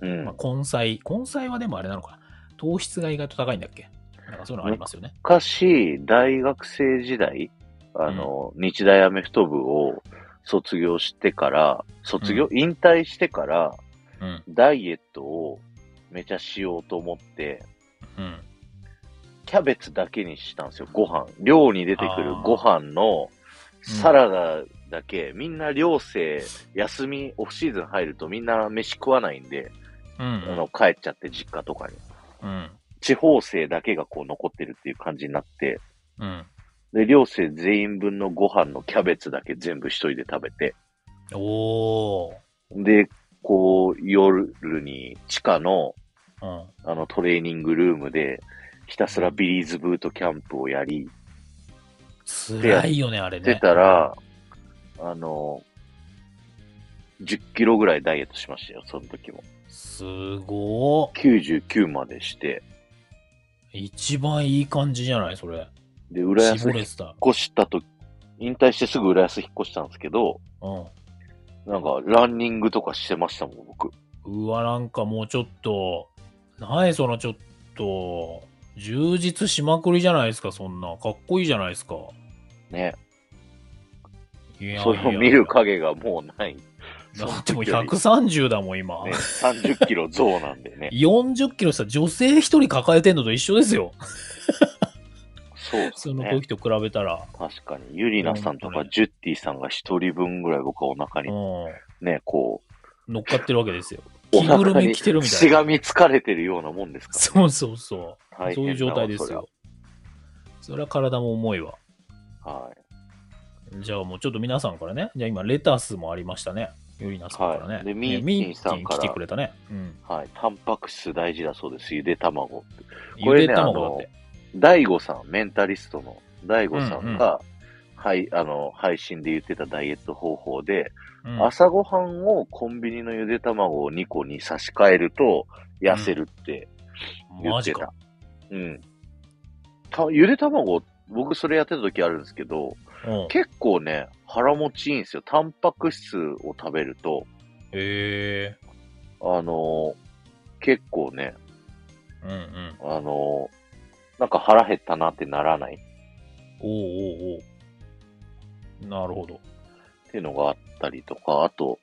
A: うん
B: まあ、。根菜。根菜はでもあれなのかな。糖質が意外と高いんだっけなんかそういうのありますよね。
A: 昔、大学生時代、あの、日大アメフト部を卒業してから、卒業、引退してから、
B: うん。
A: ダイエットをめちゃしようと思って、
B: うん。
A: キャベツだけにしたんですよ、ご飯。寮に出てくる
B: あー
A: ご飯の
B: うん
A: サラダだけ、みんな寮生、休み、オフシーズン入るとみんな飯食わないんで、
B: う
A: あ
B: ん。
A: の帰っちゃって実家とかに。
B: うん。
A: 地方生だけがこう残ってるっていう感じになって、
B: うん。
A: で、寮生全員分のご飯のキャベツだけ全部一人で食べて、
B: おー。
A: で、こう、夜に地下の
B: うん。
A: あのトレーニングルームで、ひたすらビリーズブートキャンプをやり、
B: 辛いよね、あれ
A: 出
B: ね。
A: たら、あの、10キロぐらいダイエットしましたよ、その時も。
B: すごー。
A: 99までして、
B: 一番いい感じじゃないそれ。
A: で、浦安
B: 絞
A: に
B: れ
A: 引って
B: た。
A: 越したと引退してすぐ浦安引っ越したんですけど、
B: うん。
A: なんかランニングとかしてましたもん、僕。
B: うわ、なんかもうちょっと、何そのちょっと、充実しまくりじゃないですか、そんな。かっこいいじゃないですか。
A: ね。
B: いや
A: それを見る。影がもうない。
B: いやだってもう
A: その時よ
B: 130だもん、今。
A: りね、30キロ増なんでね。
B: 40キロした女性一人抱えてんのと一緒ですよ。
A: そうです
B: その
A: ね
B: 時。と比べたら。
A: 確かに、ユリナさんとかジュッティさんが一人分ぐらい僕はお腹
B: う
A: に
B: ん。
A: ね、こ
B: 乗っかってるわけですよ。
A: う、お
B: 着ぐる
A: 腹
B: み
A: に
B: 着てるみた
A: し
B: いな。
A: がみつかれてるようなもんですから、
B: そうそうそ
A: 大
B: う。そうい
A: 変
B: う
A: だ
B: 状
A: わ
B: 態ですよ。それは体も重いわ。
A: そりゃは
B: じゃあもうちょっと皆さんからね。じゃあ今、レタスもありましたね。ゆりなさんからね。
A: はいで
B: ね
A: ミーティンさんから
B: 来てくれたね。うん。
A: い。はい。タンパク質大事だそうです。ゆで卵って。こ
B: ゆ
A: れね
B: で卵だって。
A: 大悟さん、メンタリストの大悟さんが、はい、あの、配信で言ってたダイエット方法で、
B: うん
A: 朝ごはんをコンビニのゆで卵を2個に差し替えると痩せるって言
B: マ
A: っ
B: ジ
A: てた
B: か。。
A: うん。たゆで卵、僕それやってた時あるんですけど、
B: うん。
A: 結構ね、腹持ちいいんですよ。タンパク質を食べると、
B: へえ。
A: あのー結構ね、
B: うんうん。
A: あのーなんか腹減ったなってならないっ
B: おうおうおうなるほど。
A: ていうのがあったりとか、あと、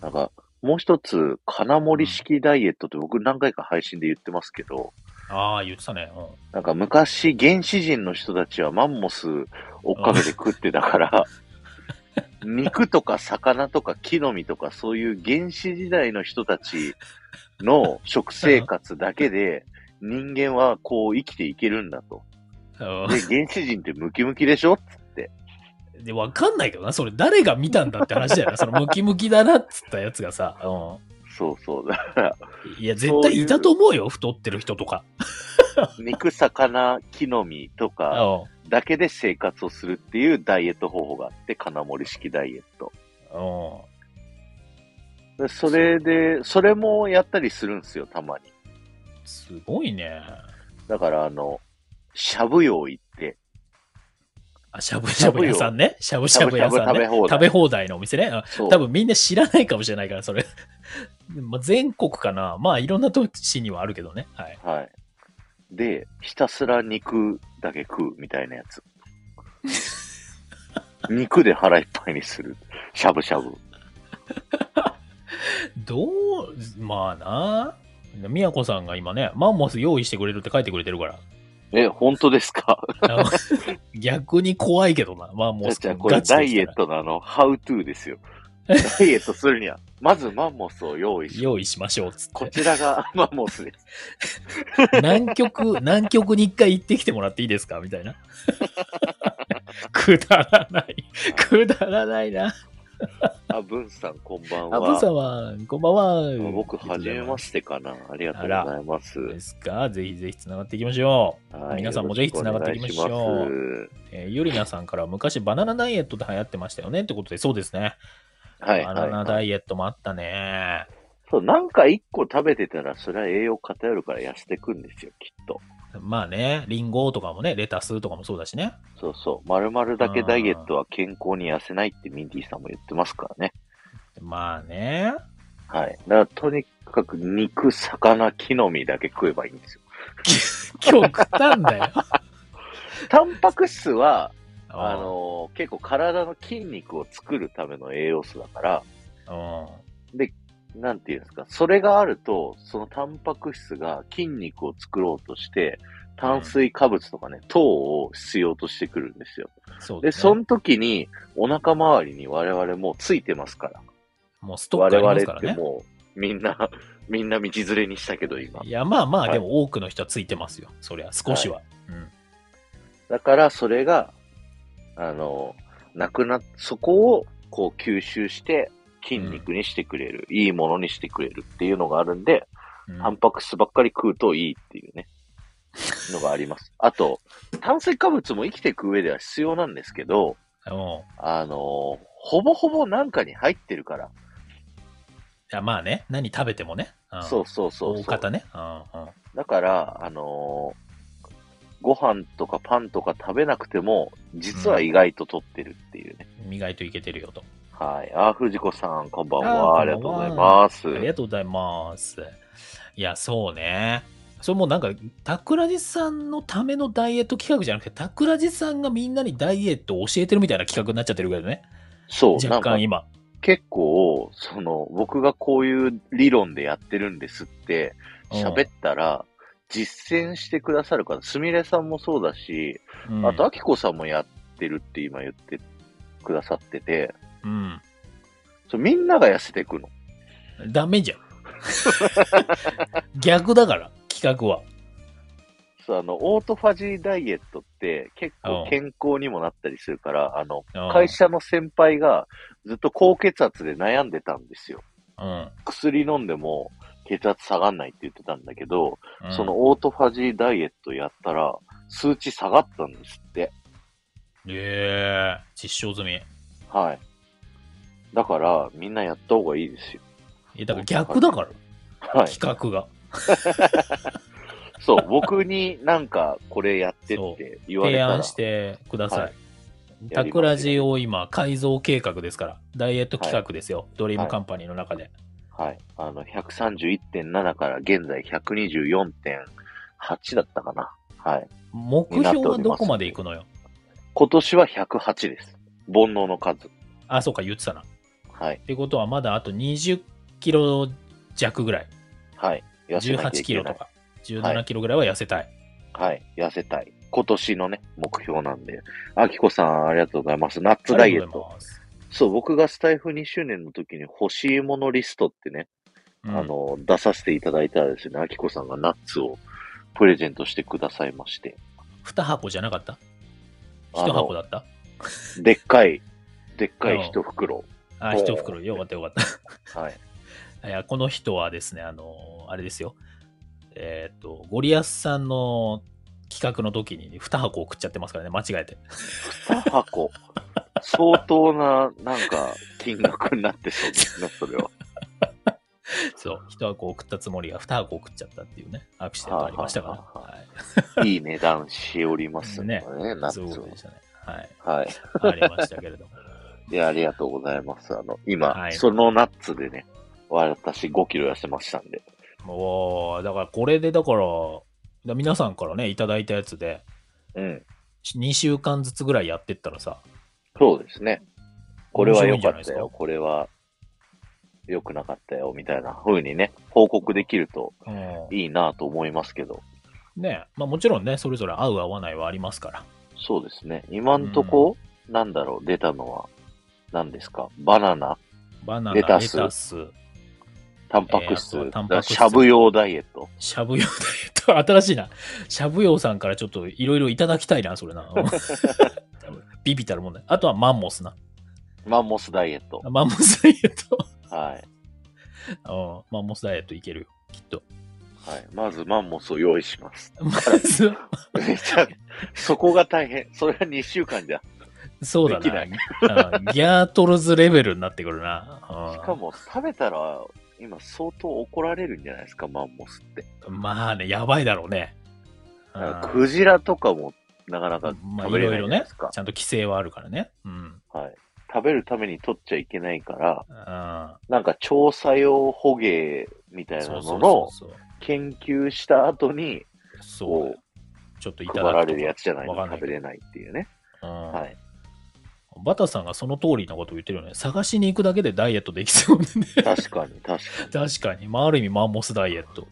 A: なんか、もう一つ、金盛り式ダイエットって僕何回か配信で言ってますけど、
B: ああ、言ってたね。うん。
A: なんか昔原始人の人たちはマンモス追っかけて食ってたから、肉とか魚とか木の実とかそういう原始時代の人たちの食生活だけで人間はこう生きていけるんだと。
B: うん
A: で、原始人ってムキムキでしょっつって。
B: で、わかんないけどな、それ誰が見たんだって話だよな、そのムキムキだなっつったやつがさ、う
A: そうそう。だから、
B: ん。いや、絶対いたと思うよ、太ってる人とか。
A: 肉、魚、木の実と
B: う
A: かだけで生活をするっていうダイエット方法があって、金森式ダイエット。
B: ん。うん。
A: でそれで、それもやったりするんですよ、たまに。
B: すごいね。
A: だから、あの、しゃぶ用行って、
B: あ、しゃぶしゃぶ屋さんね。しゃぶしゃぶ屋さ
A: しゃ
B: んね。
A: ぶしゃぶ食べ放題
B: 食べ放題のお店ね。うん
A: そう
B: 多分みんな知らないかもしれないから、それ。まあ全国かな。まあ、いろんな都市にはあるけどね。はい。
A: はい。で、ひたすら肉だけ食うみたいなや つ。肉で腹いっぱいにする。しゃぶしゃぶ。
B: どう、まあな。みやこさんが今ね、マンモス用意してくれるって書いてくれてるから。
A: え、本当ですか
B: あの逆に怖いけどな。マンモス
A: じゃあ
B: 君
A: これ
B: ガチ
A: ダ
B: で来
A: イエ
B: た
A: ッ
B: ら
A: トのあの、ハウトゥーですよ。ダイエットするには、まずマンモスを用意し、
B: 用意しましょうっつっ
A: こ
B: て。
A: ちらが マンモスです。
B: 南極、南極に一回行ってきてもらっていいですかみたいな。 くだらない。くだらないな。
A: あ、ブンさんこんばんは。
B: アブさんは、こんばんは。
A: あ僕、はじめましてかな。ありがとうございます。
B: ですかぜひぜひつながっていきましょう。
A: はい
B: 皆さんもぜひつながっていきましょ
A: よ
B: う
A: ろくお願いし
B: えーゆりなさんから昔バナナダイエットで流行ってましたよねってことで、そうですね。
A: ますはい。
B: バ
A: は
B: ナ
A: いは
B: ナ
A: い
B: ダイエットもあったね。
A: そう、なんか一個食べてたら、それは栄養偏るから痩せてくんですよ、きっと。
B: まあね、リンゴとかもね、レタスとかもそうだしね。
A: そうそう。丸々だけダイエットは健康に痩せないってミンティさんも言ってますからね。
B: まあね。
A: はい。だから、とにかく肉、魚、木の実だけ食えばいいんですよ。
B: 極端だよ。
A: タンパク質は、 あのー結構体の筋肉を作るための栄養素だから、
B: うん、
A: なんていうんですか、それがあると、そのタンパク質が筋肉を作ろうとして、炭水化物とかね、糖を必要としてくるんですよ。
B: そう
A: で、
B: です
A: そ
B: ね。
A: の時に、お腹周りに我々もうついてますから。
B: もうストック
A: 我
B: ありますか
A: 々っ
B: ら
A: て
B: ね。
A: もう、みんな、 みんな道連れにしたけど、今
B: い。や、まあま
A: は
B: あ、
A: い
B: でも多くの人はついてますよ。そりゃ、少しは。うん。
A: だから、それが、あの、なくな、そこを、こう吸収して、筋肉にしてくれる、いいものにしてくれるっていうのがあるんで、
B: うん
A: タンパク質ばっかり食うといいって いうね、のがあります。あと、炭水化物も生きていく上では必要なんですけど、
B: うんい
A: あの、ほぼほぼなんかに入ってるから、
B: や、まあね、何食べてもね。ん
A: そうそうそうそう。
B: 大方ね。うんうん
A: だから、あのーご飯とかパンとか食べなくても、実は意外と取ってるっていうね。
B: 磨いといけてるよと。
A: はい。あ、藤子さん、こんばん
B: あ
A: は。ありがとうございます。
B: ありがとうございます。いや、そうね。それもなんか、桜地さんのためのダイエット企画じゃなくて、桜地さんがみんなにダイエットを教えてるみたいな企画になっちゃってるけどね。
A: そう、な
B: 若
A: んか
B: 干今。
A: 結構、その、僕がこういう理論でやってるんですって、喋ったら、実践してくださる方、すみれさんもそうだし、
B: うん
A: あと、あきこさんもやってるって今言ってくださってて、
B: うん。
A: そうみんなが痩せていくの。
B: ダ メじゃん。逆だから、企画は。
A: そう、あの、オートファジーダイエットって結
B: う
A: 構
B: ん
A: 健康にもなったりするから、あの、
B: うん
A: 会社の先輩がずっと高血圧で悩んでたんですよ。
B: うん。
A: 薬飲んでも血圧下がんないって言ってたんだけど、
B: うん
A: そのオートファジーダイエットやったら、数値下がったんですって。
B: ええ実証済み。い
A: はい。だから、みんなやった方がいいですよ。
B: やだから逆だから、
A: はい。
B: 企画が。
A: そう、僕になんかこれやってって言われ
B: 提
A: たら
B: 案し、てくだ
A: は
B: さ
A: い
B: い。
A: やりま
B: タ
A: すよ
B: クラジを今、改造計画ですから、ダイエット企画ですよ、ドリームカンパニーの中で。
A: はい。あの、131.7から現在124.8だったかな。はい。
B: 目標はどこまでいくのよ。
A: 今年は108です。煩悩の数。
B: あ、そうか、言ってたな。っ
A: はい。
B: てことは、まだあと20キロ弱ぐらい、
A: はい。痩せなきゃ
B: 18
A: いけ
B: キロ
A: な
B: と
A: い。
B: か、17キロぐらいは痩せたい。
A: はい。痩せたい。今年のね、目標なんで。あきこさん、ありがとうございます。ナッツダイエ
B: あ
A: ッ
B: りがと
A: ト
B: うご。ざいます。
A: そう、僕がスタイフ2周年の時に欲しいものリストってね、
B: うん
A: あの、出させていただいたらですね、あきこさんがナッツをプレゼントしてくださいまして、
B: 2箱じゃなかった
A: あの
B: ?1 箱だった
A: でっかい、でっか
B: うん
A: い一袋。
B: あ、1袋。よかったよかった。
A: はい。
B: いや、この人はですね、あの、あれですよ。えーっ、と、ゴリアスさんの企画の時に2箱送っちゃってますからね、間違 えて。
A: 2箱。相当な、なんか、金額になってそうです ね、それは。
B: そう、1箱送ったつもりが2箱送っちゃったっていうね、アクシデントありましたから。
A: はあはあ
B: はい
A: い値段しておりますね、ね
B: い。
A: ナ
B: そういうこと
A: ッ
B: で
A: ツ
B: したね。はい。
A: を。はい。
B: ありましたけれども。
A: いや、ありがとうございます。あの、今、
B: はい
A: そのナッツでね、私5キロ痩せましたんで。
B: もう、だからこれで、だから、だ皆さんからね、いただいたやつで、
A: うん。
B: 2週間ずつぐらいやってったらさ、
A: そうですね。これは良か
B: 面白いん
A: っ
B: じ
A: た
B: ゃないです
A: よ、
B: か
A: これは良くなかったよ、みたいな風にね、報告できると
B: う
A: いいなと思いますけど、
B: ん、ねまあもちろんね、それぞれ合う合わないはありますから。
A: そうですね。今んとこ、なんだろう、出たのは、何ですかバナナ
B: バナナ、レ
A: レ
B: タ
A: タ
B: ス、
A: スタンパク質、
B: えーあとタンパク質
A: しゃぶ用ダイエット。
B: しゃぶ用ダイエット、新しいな。しゃぶ用さんからちょっといろいろいただきたいな、そ れな。ビビたるもんだ。あとはマンモスな。
A: マンモスダイエット。
B: マンモスダイエット。
A: はい。
B: うんマンモスダイエットいけるよ、きっと。
A: はい、まずマンモスを用意します。
B: まず、
A: めちゃそこが大変。それは2週間じゃ。
B: そうだ
A: できな
B: な。
A: い
B: うんギャートルズレベルになってくるな。うん
A: しかも、食べたら、今相当怒られるんじゃないですか、マンモスって。
B: まあね、やばいだろうね。うん
A: なんかクジラとかもなかなか
B: まあ
A: 食べれないじゃないですか。
B: ちゃんと規制はあるからね。うん。
A: はい、食べるために取っちゃいけないから、
B: うん
A: なんか調査用捕鯨みたいな
B: そうそ
A: の
B: う
A: の
B: そうそう。
A: 研究した後に
B: そう。ちょっといた
A: 配
B: だくとから
A: れるやつじゃないと
B: わかんない
A: 食
B: け
A: べ
B: ど
A: れないっていうね。
B: うん
A: はい。
B: バタさんがその通りのことを言ってるよね。探しに行くだけでダイエットできそうで ね。
A: 確かに、確かに、
B: 確かに。まあ、ある意味マンモスダイエット。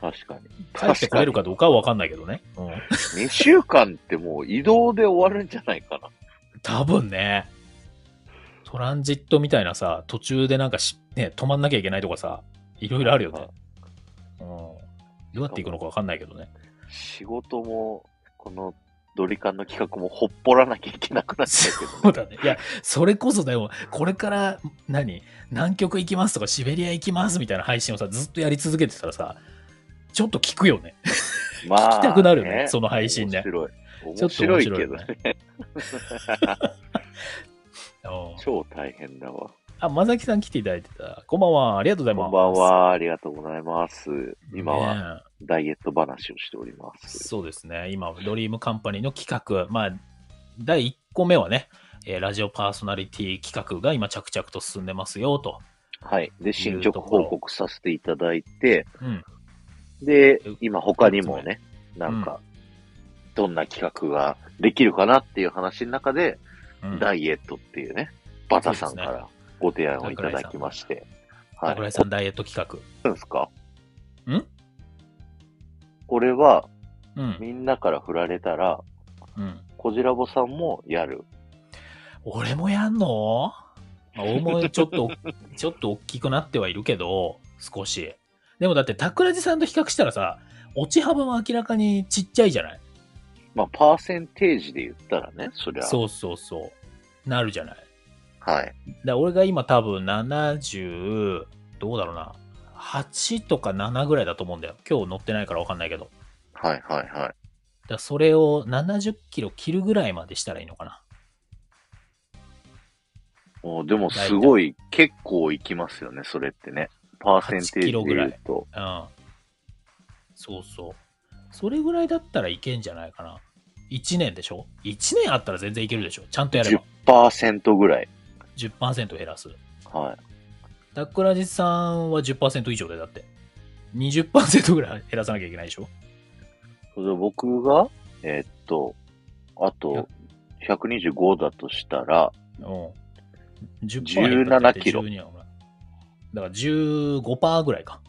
A: 確かに。
B: 帰って
A: 確
B: これ
A: か
B: る
A: に。
B: かどうかは分かんないけどね。うん、
A: 2週間ってもう移動で終わるんじゃないかな。
B: 多分ね。トランジットみたいなさ、途中でなんかし、ね、止まんなきゃいけないとかさ、いろいろあるよね。うん、どうやっていくのか分かんないけどね。
A: 仕事も、このドリカンの企画もほっぽらなきゃいけなくなっちゃうけど、
B: そうだね。いや、それこそでも、これから、何、南極行きますとか、シベリア行きますみたいな配信をさ、ずっとやり続けてたらさ、ちょっと聞くよね。
A: ま
B: 聞きたくなるねその配信ね
A: 面白い。
B: ちょ
A: 面
B: っと面
A: 白い
B: 白い
A: け
B: よ
A: ど
B: ね
A: ね。
B: うん
A: 超大変だわ。
B: あ、まさきさん来ていただいてた。こんばんは。ありがとうございま
A: こ
B: す。
A: んばん。は。ありがとうございます。今は
B: は。
A: ダイエット話をしております。
B: そうですね。今、ドリームカンパニーの企画、まあ、第1個目はね、えーラジオパーソナリティ企画が今着々と進んでますよと。
A: はい。で、進捗
B: ところ
A: 報告させていただいて、
B: うん。
A: で
B: うん、
A: 今他にもね、なんか、どんな企画ができるかなっていう話の中で、
B: うん、
A: ダイエットっていうね、バタさんか
B: そうで
A: らご提案をいただきまして。はい。
B: 桜井さんダイエット企
A: どうですか
B: ん
A: これは、
B: 画。うん。
A: みんなから振られたら、
B: うん。
A: こじらぼさんもやる。
B: 俺もやんの、まあ、俺もちょ っと、ちょっと大きくなってはいるけど、少し。でもだって、桜地さんと比較したらさ、落ち幅は明らかにちっちゃいじゃない
A: まあ、パーセンテージで言ったらね、そりゃ。
B: そうそうそう。なるじゃない。
A: はい。
B: だ俺が今多分70、どうだろうな。8とか7ぐらいだと思うんだよ。今日乗ってないから分かんないけど。だか
A: はいはいはい。
B: らそれを70キロ切るぐらいまでしたらいいのかな。
A: おでもすごい、結構いきますよね、それってね。パーセンテージで
B: 8キロぐら
A: 言う
B: い
A: と。
B: うん。そうそう。それぐらいだったらいけんじゃないかな。1年でしょ ?1 年あったら全然いけるでしょちゃんとやれば。
A: 10%ぐらい。
B: 10%減らす。
A: はい。
B: タクラジさんは10%以上でだって。20%ぐらい減らさなきゃいけないでしょ
A: それで僕が、えーっと、あと、125だとしたら、
B: うん。10%減ったっ
A: 17
B: て
A: キロ
B: 12はほらだから15%ぐらいか。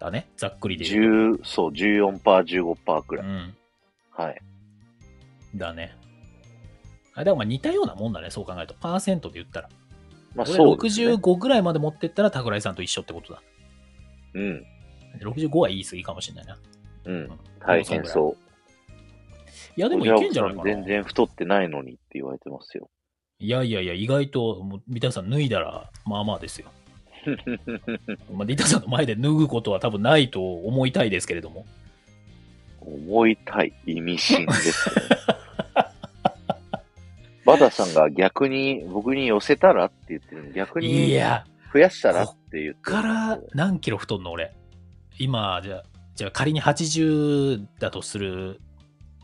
B: だね。ざっくりで言う
A: 10、そう、14%、15%く
B: と。
A: ら
B: う
A: い。
B: ん。
A: はい。
B: だね。あ、でもまあ似たようなもんだね。そう考えると。パーセントで言ったら。
A: まあ、
B: 俺
A: そうです、ね。
B: 65ぐらいまで持ってったら、桜井さんと一緒ってことだ。
A: うん。
B: 65は言い過ぎかもしれないな。
A: うん。大変そう。
B: いや、でもい
A: 小
B: けんじゃない
A: 寺さ
B: かな。
A: 全然太ってないのにって言われてますよ。
B: いやいやいや、意外と、もう三田さん脱いだら、まあまあですよ。まあ、三田さんの前で脱ぐことは多分ないと思いたいですけれども。
A: 思いたい意味深です、ね。バダさんが逆に僕に寄せたらって言ってるのに逆
B: い
A: に
B: や、
A: 増やしたらって言ってる
B: か
A: んです
B: ら
A: よ
B: 何キロ太んの俺。今、じゃあ、じゃあ仮に80だとする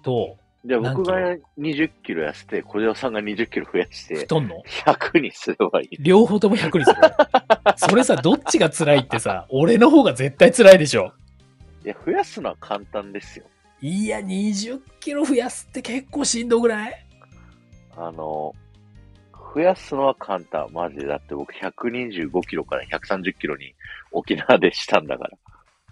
B: と、
A: じゃあ僕が
B: 何
A: 20キロ痩せて、小寺さんが20キロ増やして、
B: 太んの
A: 100にすればいい。
B: 両方とも100にする。 それさ、どっちが辛いってさ、俺の方が絶対辛いでしょ。
A: いや、増やすのは簡単ですよ。
B: いや、20キロ増やすって結構しんどくない
A: あの、増やすのは簡単。マジで。だって僕125キロから130キロに沖縄でしたんだから。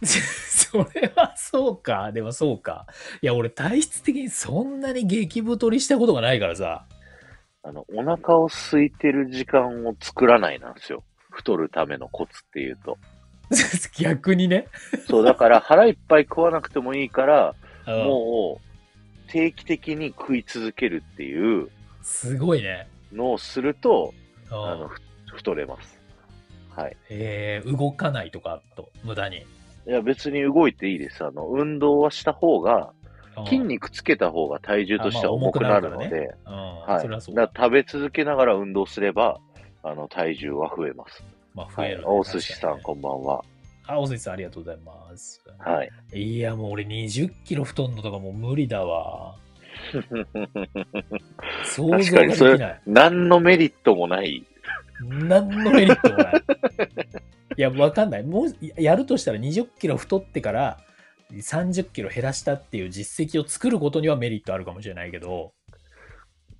B: それはそうか。でもそうか。いや、俺体質的にそんなに激太りしたことがないからさ。
A: あの、お腹を空いてる時間を作らないなんですよ。太るためのコツっていうと。
B: 逆にね。
A: そう、だから腹いっぱい食わなくてもいいから、
B: うん
A: もう定期的に食い続けるっていう
B: すごいね。
A: のをすると、
B: うん
A: あの、ふ太れます。はい。
B: えー動かないとかあと、無駄に。
A: いや、別に動いていいです。あの、運動はした方が、
B: うん
A: 筋肉つけた方が体重としては
B: あまあ
A: 重くなるの
B: 重くなるか
A: で、
B: うん、
A: はい。
B: それ
A: だ
B: はそう
A: から食べ続けながら運動すれば、あの、体重は増えます。
B: まあ、増
A: は
B: え
A: い
B: る、ね。
A: お寿司さん、
B: 確か
A: こんばんは。
B: にねあ、お寿司さん、ありがとうございます。
A: はい。
B: いや、もう俺20キロ太んのとかもう無理だわ。
A: 確か
B: 想像がで
A: に
B: き
A: そ
B: ない
A: れ。、何のメリットもない。
B: 何のメリットもない。 いや、わかんない。もう、ややるとしたら20キロ太ってから30キロ減らしたっていう実績を作ることにはメリットあるかもしれないけど、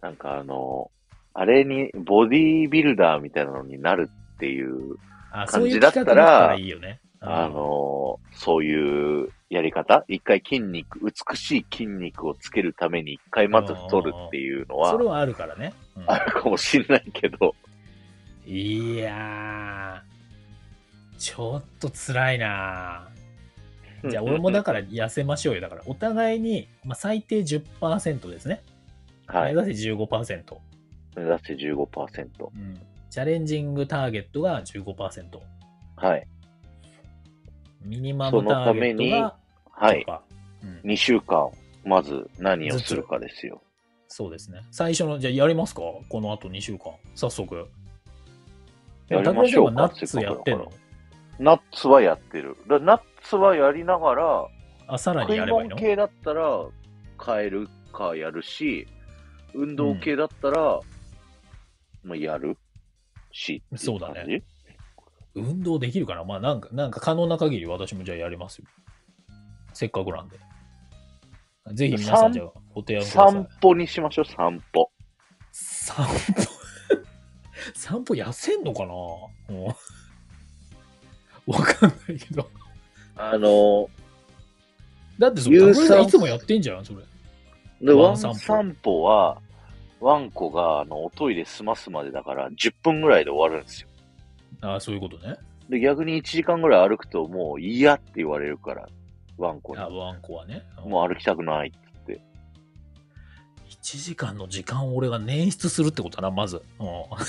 A: なんかあの、あれに、ボディービルダーみたいなのになるっていう、
B: あ
A: 感
B: そうい
A: じ
B: う
A: だっ
B: 企
A: たら
B: 画だったらいいよね。うん
A: あの、そういうやり方一回筋肉、美しい筋肉をつけるために一回まず太るっていうの
B: そ
A: は
B: れ、はあるからね。うん
A: あるかもしんないけど、
B: いやー、ちょっと辛いなー じゃあ、俺もだから痩せましょうよ。だから、お互いに、まあ、最低10%ですね。
A: はい。
B: 目指せ15%。
A: 目指して15%。
B: うん。チャレンジングターゲットが15%。
A: はい。
B: ミニマムターゲットが
A: は
B: と
A: い。
B: か、うん、
A: 2週間、まず何をするかですよ。
B: そうですね。最初の、じゃあやりますかこの後2週間。早速。え、
A: やりま
B: 例
A: し
B: え
A: ょ
B: ば
A: うか
B: ナッツやってん
A: せっ
B: の
A: ナッツはやってる。だナッツはやりながら、
B: あ、さらに
A: 食い
B: やればいい
A: 物
B: の
A: 系だったら変えるかやるし、運動系だったら、まあ、やるしってい
B: そうだね
A: 感じ
B: 運動できるかなまあなんか、なんか可能な限り私もじゃあやりますよ。せっかくなんで。ぜひ皆さんじゃあご提案ください
A: 散。歩にしましょう、散歩。
B: 散歩 散歩痩せんのかなもうわかんないけど。
A: あの、
B: だってそれ、
A: 有
B: 高井さん
A: 酸
B: いつもやってんじゃん、それ。
A: で
B: ワ
A: ワ
B: ン
A: ン
B: 散歩
A: 散歩は、ワンコがあのおトイレ済ますまでだから10分ぐらいで終わるんですよ。
B: ああ、そういうことね。
A: で、逆に1時間ぐらい歩くともう嫌って言われるから、ワンコに
B: あ。ワンコはね。うん
A: もう歩きたくない。
B: 1時間の時間を俺が捻出するってことだな、まず。うん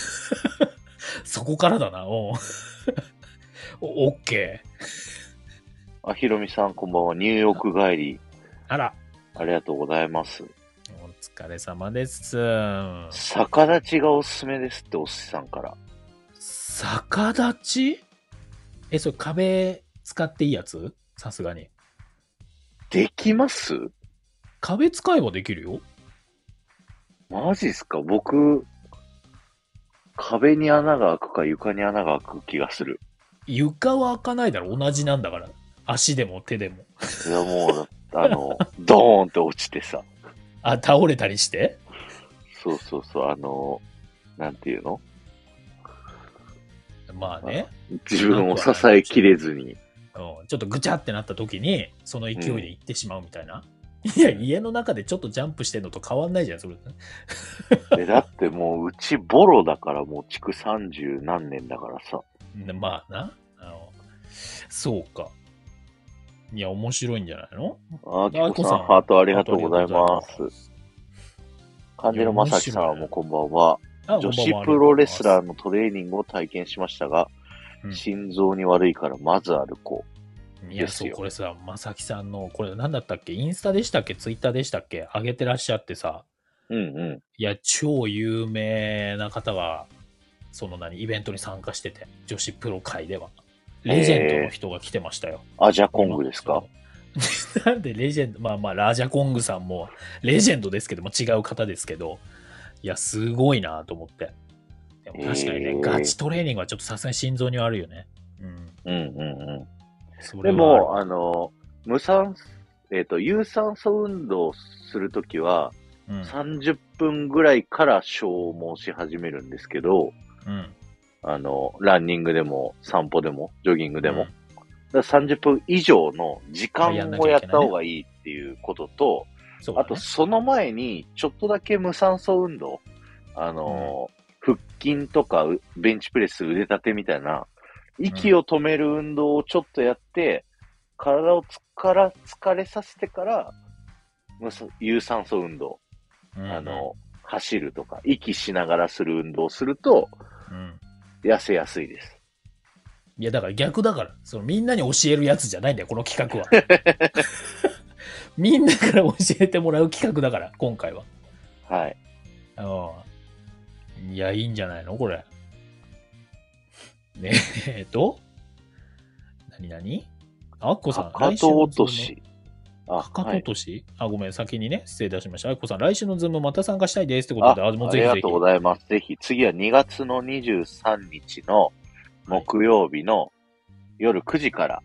B: そこからだな、うん おオッケー。
A: あ、ひろみさんこんばんは。ニューヨーク帰り、
B: あら、
A: ありがとうございます。
B: お疲れ様です。
A: 逆立ちがおすすめですって、おっさんから。
B: 逆立ちえ、それ壁使っていいやつさすがに。
A: できます
B: 壁使えばできるよ。
A: マジっすか僕、壁に穴が開くか床に穴が開く気がする。
B: 床は開かないだろ、同じなんだから。足でも手でも。
A: いやもう、あ の、ドーンって落ちてさ。
B: あ、倒れたりして
A: そうそうそう、あの、なんていうの
B: まあね、
A: 自分を支えきれずに。
B: うん、ちょっとぐちゃってなった時に、その勢いで行ってしまうみたいな。いや、家の中でちょっとジャンプしてんのと変わんないじゃん、それ。
A: えだってもう、うちボロだから、もう築三十何年だからさ。
B: ねまあな。あのそうか。いや、面白いんじゃないの
A: あ
B: あ
A: きこさん、
B: あきこさん
A: ハートありがとうございま。
B: ありがとうございます
A: 漢字のまさきさんもこんばんは。
B: あ
A: 女子プロレスラ
B: ー。
A: ーのトレーニングを体験しましたが、
B: うん
A: 心臓に悪いからまず歩こ
B: いや、
A: です
B: そう、
A: よ
B: これさ、まさきさんの、これ何だったっけインスタでしたっけツイッターでしたっけ上げてらっしゃってさ、
A: う。うんうん。
B: いや、超有名な方が、その何、イベントに参加してて、女子プロ界では。レジェンドの人が来てましたよ。
A: アジャコングですか
B: なんでレジェンド、まあまあ、ラージャコングさんも、レジェンドですけども、違う方ですけど、いや、すごいなと思って。でも確かにね、
A: えー
B: ガチトレーニングはちょっとさすがに心臓に悪いよね。
A: う
B: うん。
A: んうんうん。
B: そ
A: で
B: れは
A: も、あの、無酸、えっ、と、有酸素運動をするときは、
B: うん、
A: 30分ぐらいから消耗し始めるんですけど、
B: うん。
A: あの、ランニングでも、散歩でも、ジョギングでも、
B: うん
A: だから30分以上の時間をやった方がいいっていうことと、
B: そうだ
A: あ
B: ね
A: とその前に、ちょっとだけ無酸素運動、あのー、腹筋とかうベンチプレス、腕立てみたいな、息を止める運動をちょっとやって、体をつから疲れさせてから、無酸有酸素運動、
B: うん
A: あの、走るとか、息しながらする運動をすると、
B: うん。
A: 痩せやすいです。
B: いや、だから逆だから、そのみんなに教えるやつじゃないんだよ、この企画は。 みんなから教えてもらう企画だから、今回は。
A: はい。
B: うん。いや、いいんじゃないのこれ。ねえっと。なになにあっこさん。
A: かかと落と
B: 来週のズーム。
A: し。あ
B: かかと
A: はい
B: 落とし、あ、ごめん、先にね、失礼いたしました。あっこさん、来週のズームまた参加したいですってことで、あ、もうぜひ
A: あ
B: ぜ
A: りが
B: ひ
A: とう。ございます。ぜひ、次は2月の23日の木曜日の夜9時から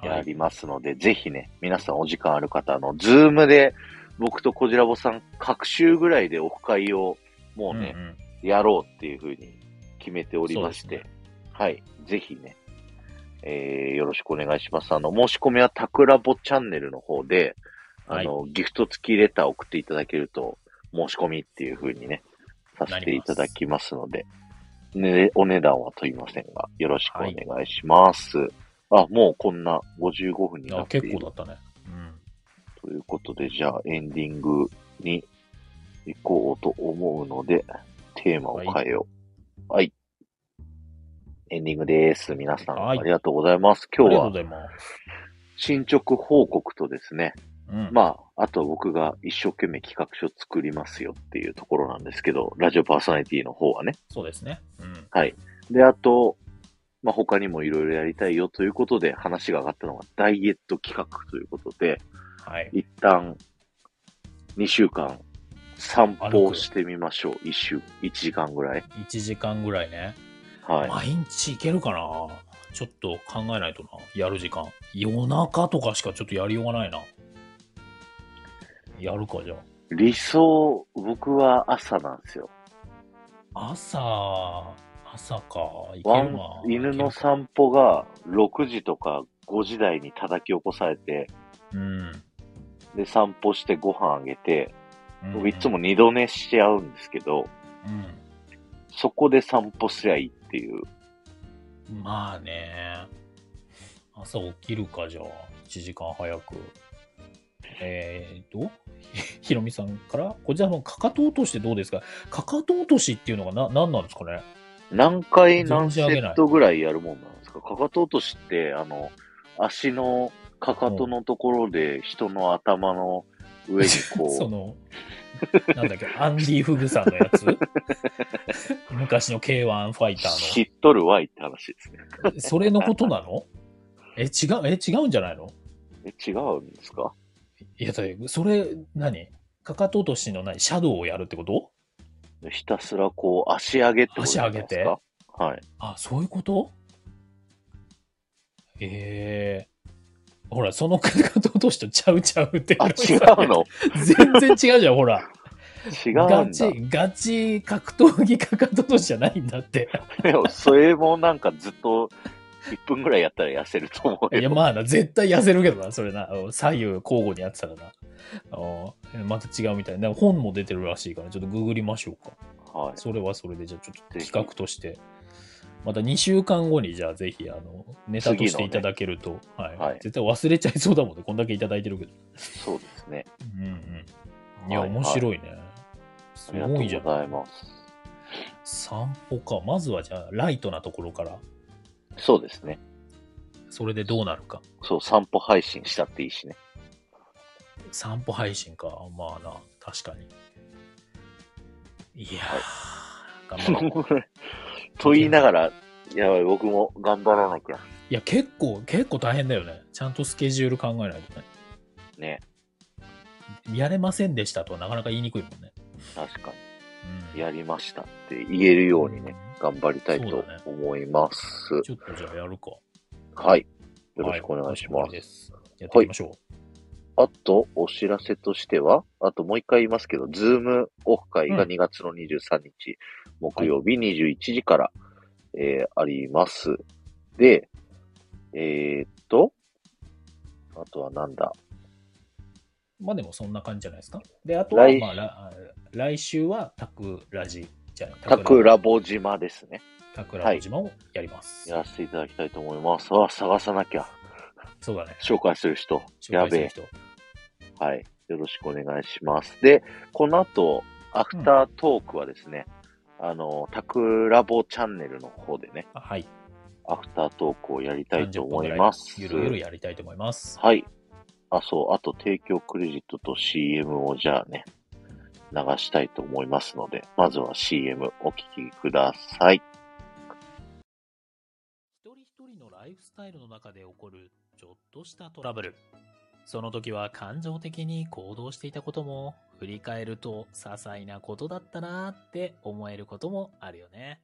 B: は
A: や
B: い
A: りますので、ぜひね、皆さんお時間ある方、あの、ズームで僕とこじらぼさん、各週ぐらいでオフ会をもうね
B: う、んうん
A: やろうっていうふうに決めておりまし
B: そう
A: て、
B: で
A: はい、ぜひね、えー、よろしくお願いします。あの、申し込みはタクラボチャンネルの方で、あの、ギフト付きレターを送っていただけると、申し込みっていうふうにね、させていただきますので、ね、お値段は問いませんが、よろしくお願いします。あ、もうこんな55分にな
B: あ
A: ってい
B: 結
A: る
B: 構だったね。う
A: と
B: ん。
A: いうことで、じゃあエンディングに行こうと思うので、テーマを変えよう。はい。エンディングです。皆さん、
B: はい
A: ありがとうございます。今
B: あり
A: 日
B: がとう
A: は
B: ございます。
A: 進捗報告とですね、
B: うん、
A: まあ、あとは僕が一生懸命企画書作りますよっていうところなんですけど、ラジオパーソナリティの方はね、
B: そうですね。うん。
A: はい。で、あと、まあ、他にもいろいろやりたいよということで話が上がったのがダイエット企画ということで、
B: はい。
A: 一旦2週間散歩をしてみましょう。1週、1時間ぐらい。
B: 1時間ぐらいね。
A: はい。
B: 毎日行けるかなちょっと考えないとな。やる時間。夜中とかしかちょっとやりようがないな。やるか、じゃ
A: 理想、僕は朝なんですよ。
B: あ。朝、朝か。行け
A: ワ
B: る
A: ン
B: な。、
A: 犬の
B: 行
A: 散歩が6時とか5時台に叩き起こされて、
B: けるうん。
A: で、散歩してご飯あげて、
B: うん
A: 僕いつも。二度寝しちゃうんですけど、
B: う
A: そこで散歩すりゃいいっていう。
B: ん。まあね。朝起きるか、じゃあ。1時間早く。えーと、 ひひろみさんから、こちらのかかと落としってどうですかかかと落としっていうのがな何なんですかね
A: 何回何
B: 存じ
A: セ
B: 上げない
A: ットぐらいやるもんなんですかかかと落としって、あの、足のかかとのところで人の頭の上に
B: そ
A: こ
B: の、なんだっけ、 アンディ・フグさんのやつ 昔の K1 ファイ
A: う、
B: タ
A: 知
B: ー
A: っとるわいって話ですね。
B: の。それのことなのえ、違う、え、違うんじゃないの
A: え、違うんですか
B: いや、だってそれ、何かかと落としの何シャドウをやるってこと
A: ひたすらこう、足上げってことじゃないですか
B: 足上
A: は
B: げて
A: い。
B: あ、そういうことえー。ほら、そのかかと落としとちゃうちゃうって。
A: あ、違うの
B: 全然違うじゃん、ほら。
A: 違う
B: ガ
A: んだ。
B: チ、ガチ格闘技かかと落としじゃないんだって。
A: でも、それもなんかずっと1分ぐらいやったら痩せると思う
B: いや、
A: よ。
B: まあな、絶対痩せるけどな、それな。うん左右交互にやってたらな。うんまた違うみたいな。なんか本も出てるらしいから、ちょっとググりましょうか。
A: はい。
B: それはそれで、じゃあちょっと
A: ぜひ
B: 企画として。また2週間後に、じゃあぜひ、あの、ネタとしていただけると、はい、
A: はい
B: 絶対忘れちゃいそうだもんね。こんだけいただいてるけど。
A: そうですね。
B: うんうん。いや、
A: はい
B: 面白いね。す
A: ありがとう
B: ごいじゃ
A: ござい
B: ん。
A: ます。
B: 散歩か。まずはじゃあ、ライトなところから、
A: そうですね。
B: それでどうなるか。
A: そう、散歩配信したっていいしね。
B: 散歩配信か。まあな、確かに。いやー、頑 張ろう。
A: と言いながら、やばい、僕も頑張らなきゃ。
B: いや、結構、結構大変だよね。ちゃんとスケジュール考えないとね。
A: ね、
B: やれませんでしたとはなかなか言いにくいもんね。
A: 確か
B: うん、
A: に。やりましたって言えるようにね、頑張りたい
B: そう
A: と
B: だね
A: 思います。
B: ちょっとじゃあやるか。よ
A: はい。よろしくお願いします。
B: す。やっていきましょう。
A: あと、お知らせとしては、あともう一回言いますけど、ズームオフ会が
B: うん
A: 2月の23日、木曜日21時から、えーあります。で、えーっと、あとはなんだ
B: まあでもそんな感じじゃないですか。で、あとは、
A: 来
B: まあ、ら来週はタクラジじゃない。
A: タクラボ島ですね。
B: タクラの島をやります。
A: やらせていただきたいと思います。あ、探さなきゃ。
B: そうだね。
A: 紹介する人。やべ
B: 紹介
A: え。
B: する人
A: はい。よろしくお願いします。で、この後、アフタートークはですね、あの、タクラボチャンネルの方でね、
B: あはい。
A: アフタートークをやりたいと思い
B: 30分ぐら
A: ます。
B: ゆるゆるやりたいと思います。
A: はい。あ、そう。あと、提供クレジットと CM をじゃあね、流したいと思いますので、まずは CM お聞きください。
B: 一人一人のライフスタイルの中で起こるちょっとしたトラブル。その時は感情的に行動していたことも、振り返ると些細なことだったなーって思えることもあるよね。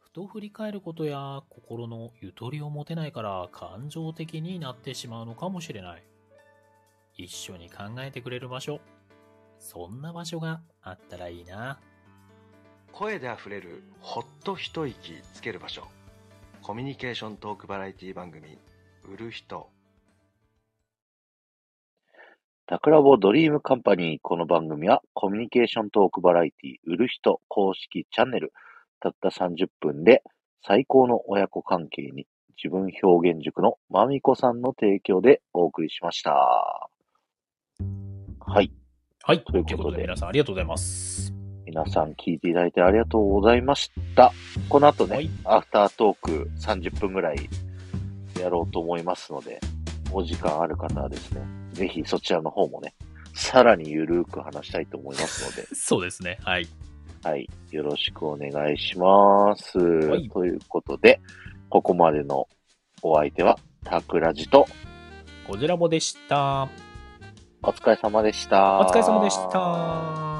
B: ふと振り返ることや心のゆとりを持てないから感情的になってしまうのかもしれない。一緒に考えてくれる場所。そんな場所があったらいいな。
C: 声であふれるほっと一息つける場所コミュニケーショントークバラエティ番組「売る人
A: タクラボドリームカンパニー。この番組はコミュニケーショントークバラエティ売る人公式チャンネル。たった30分で最高の親子関係に自分表現塾のまみこさんの提供でお送りしました。はい。
B: はい。
A: と
B: と
A: い
B: いうう
A: こ
B: こ
A: で
B: ととで皆さんありがとうございます。
A: 皆さん聞いていただいてありがとうございました。この後ね、
B: はい
A: アフタートーク30分ぐらいやろうと思いますので、お時間ある方はですね、ぜひ そちらの方もね、さらにゆるーく話したいと思いますので、
B: そうですね。はい。
A: はい。よろしくお願いします。
B: い
A: ということで、ここまでのお相手は、タクラジと
B: こちらもでした。
A: お疲れ様でした。
B: お疲れ様でした。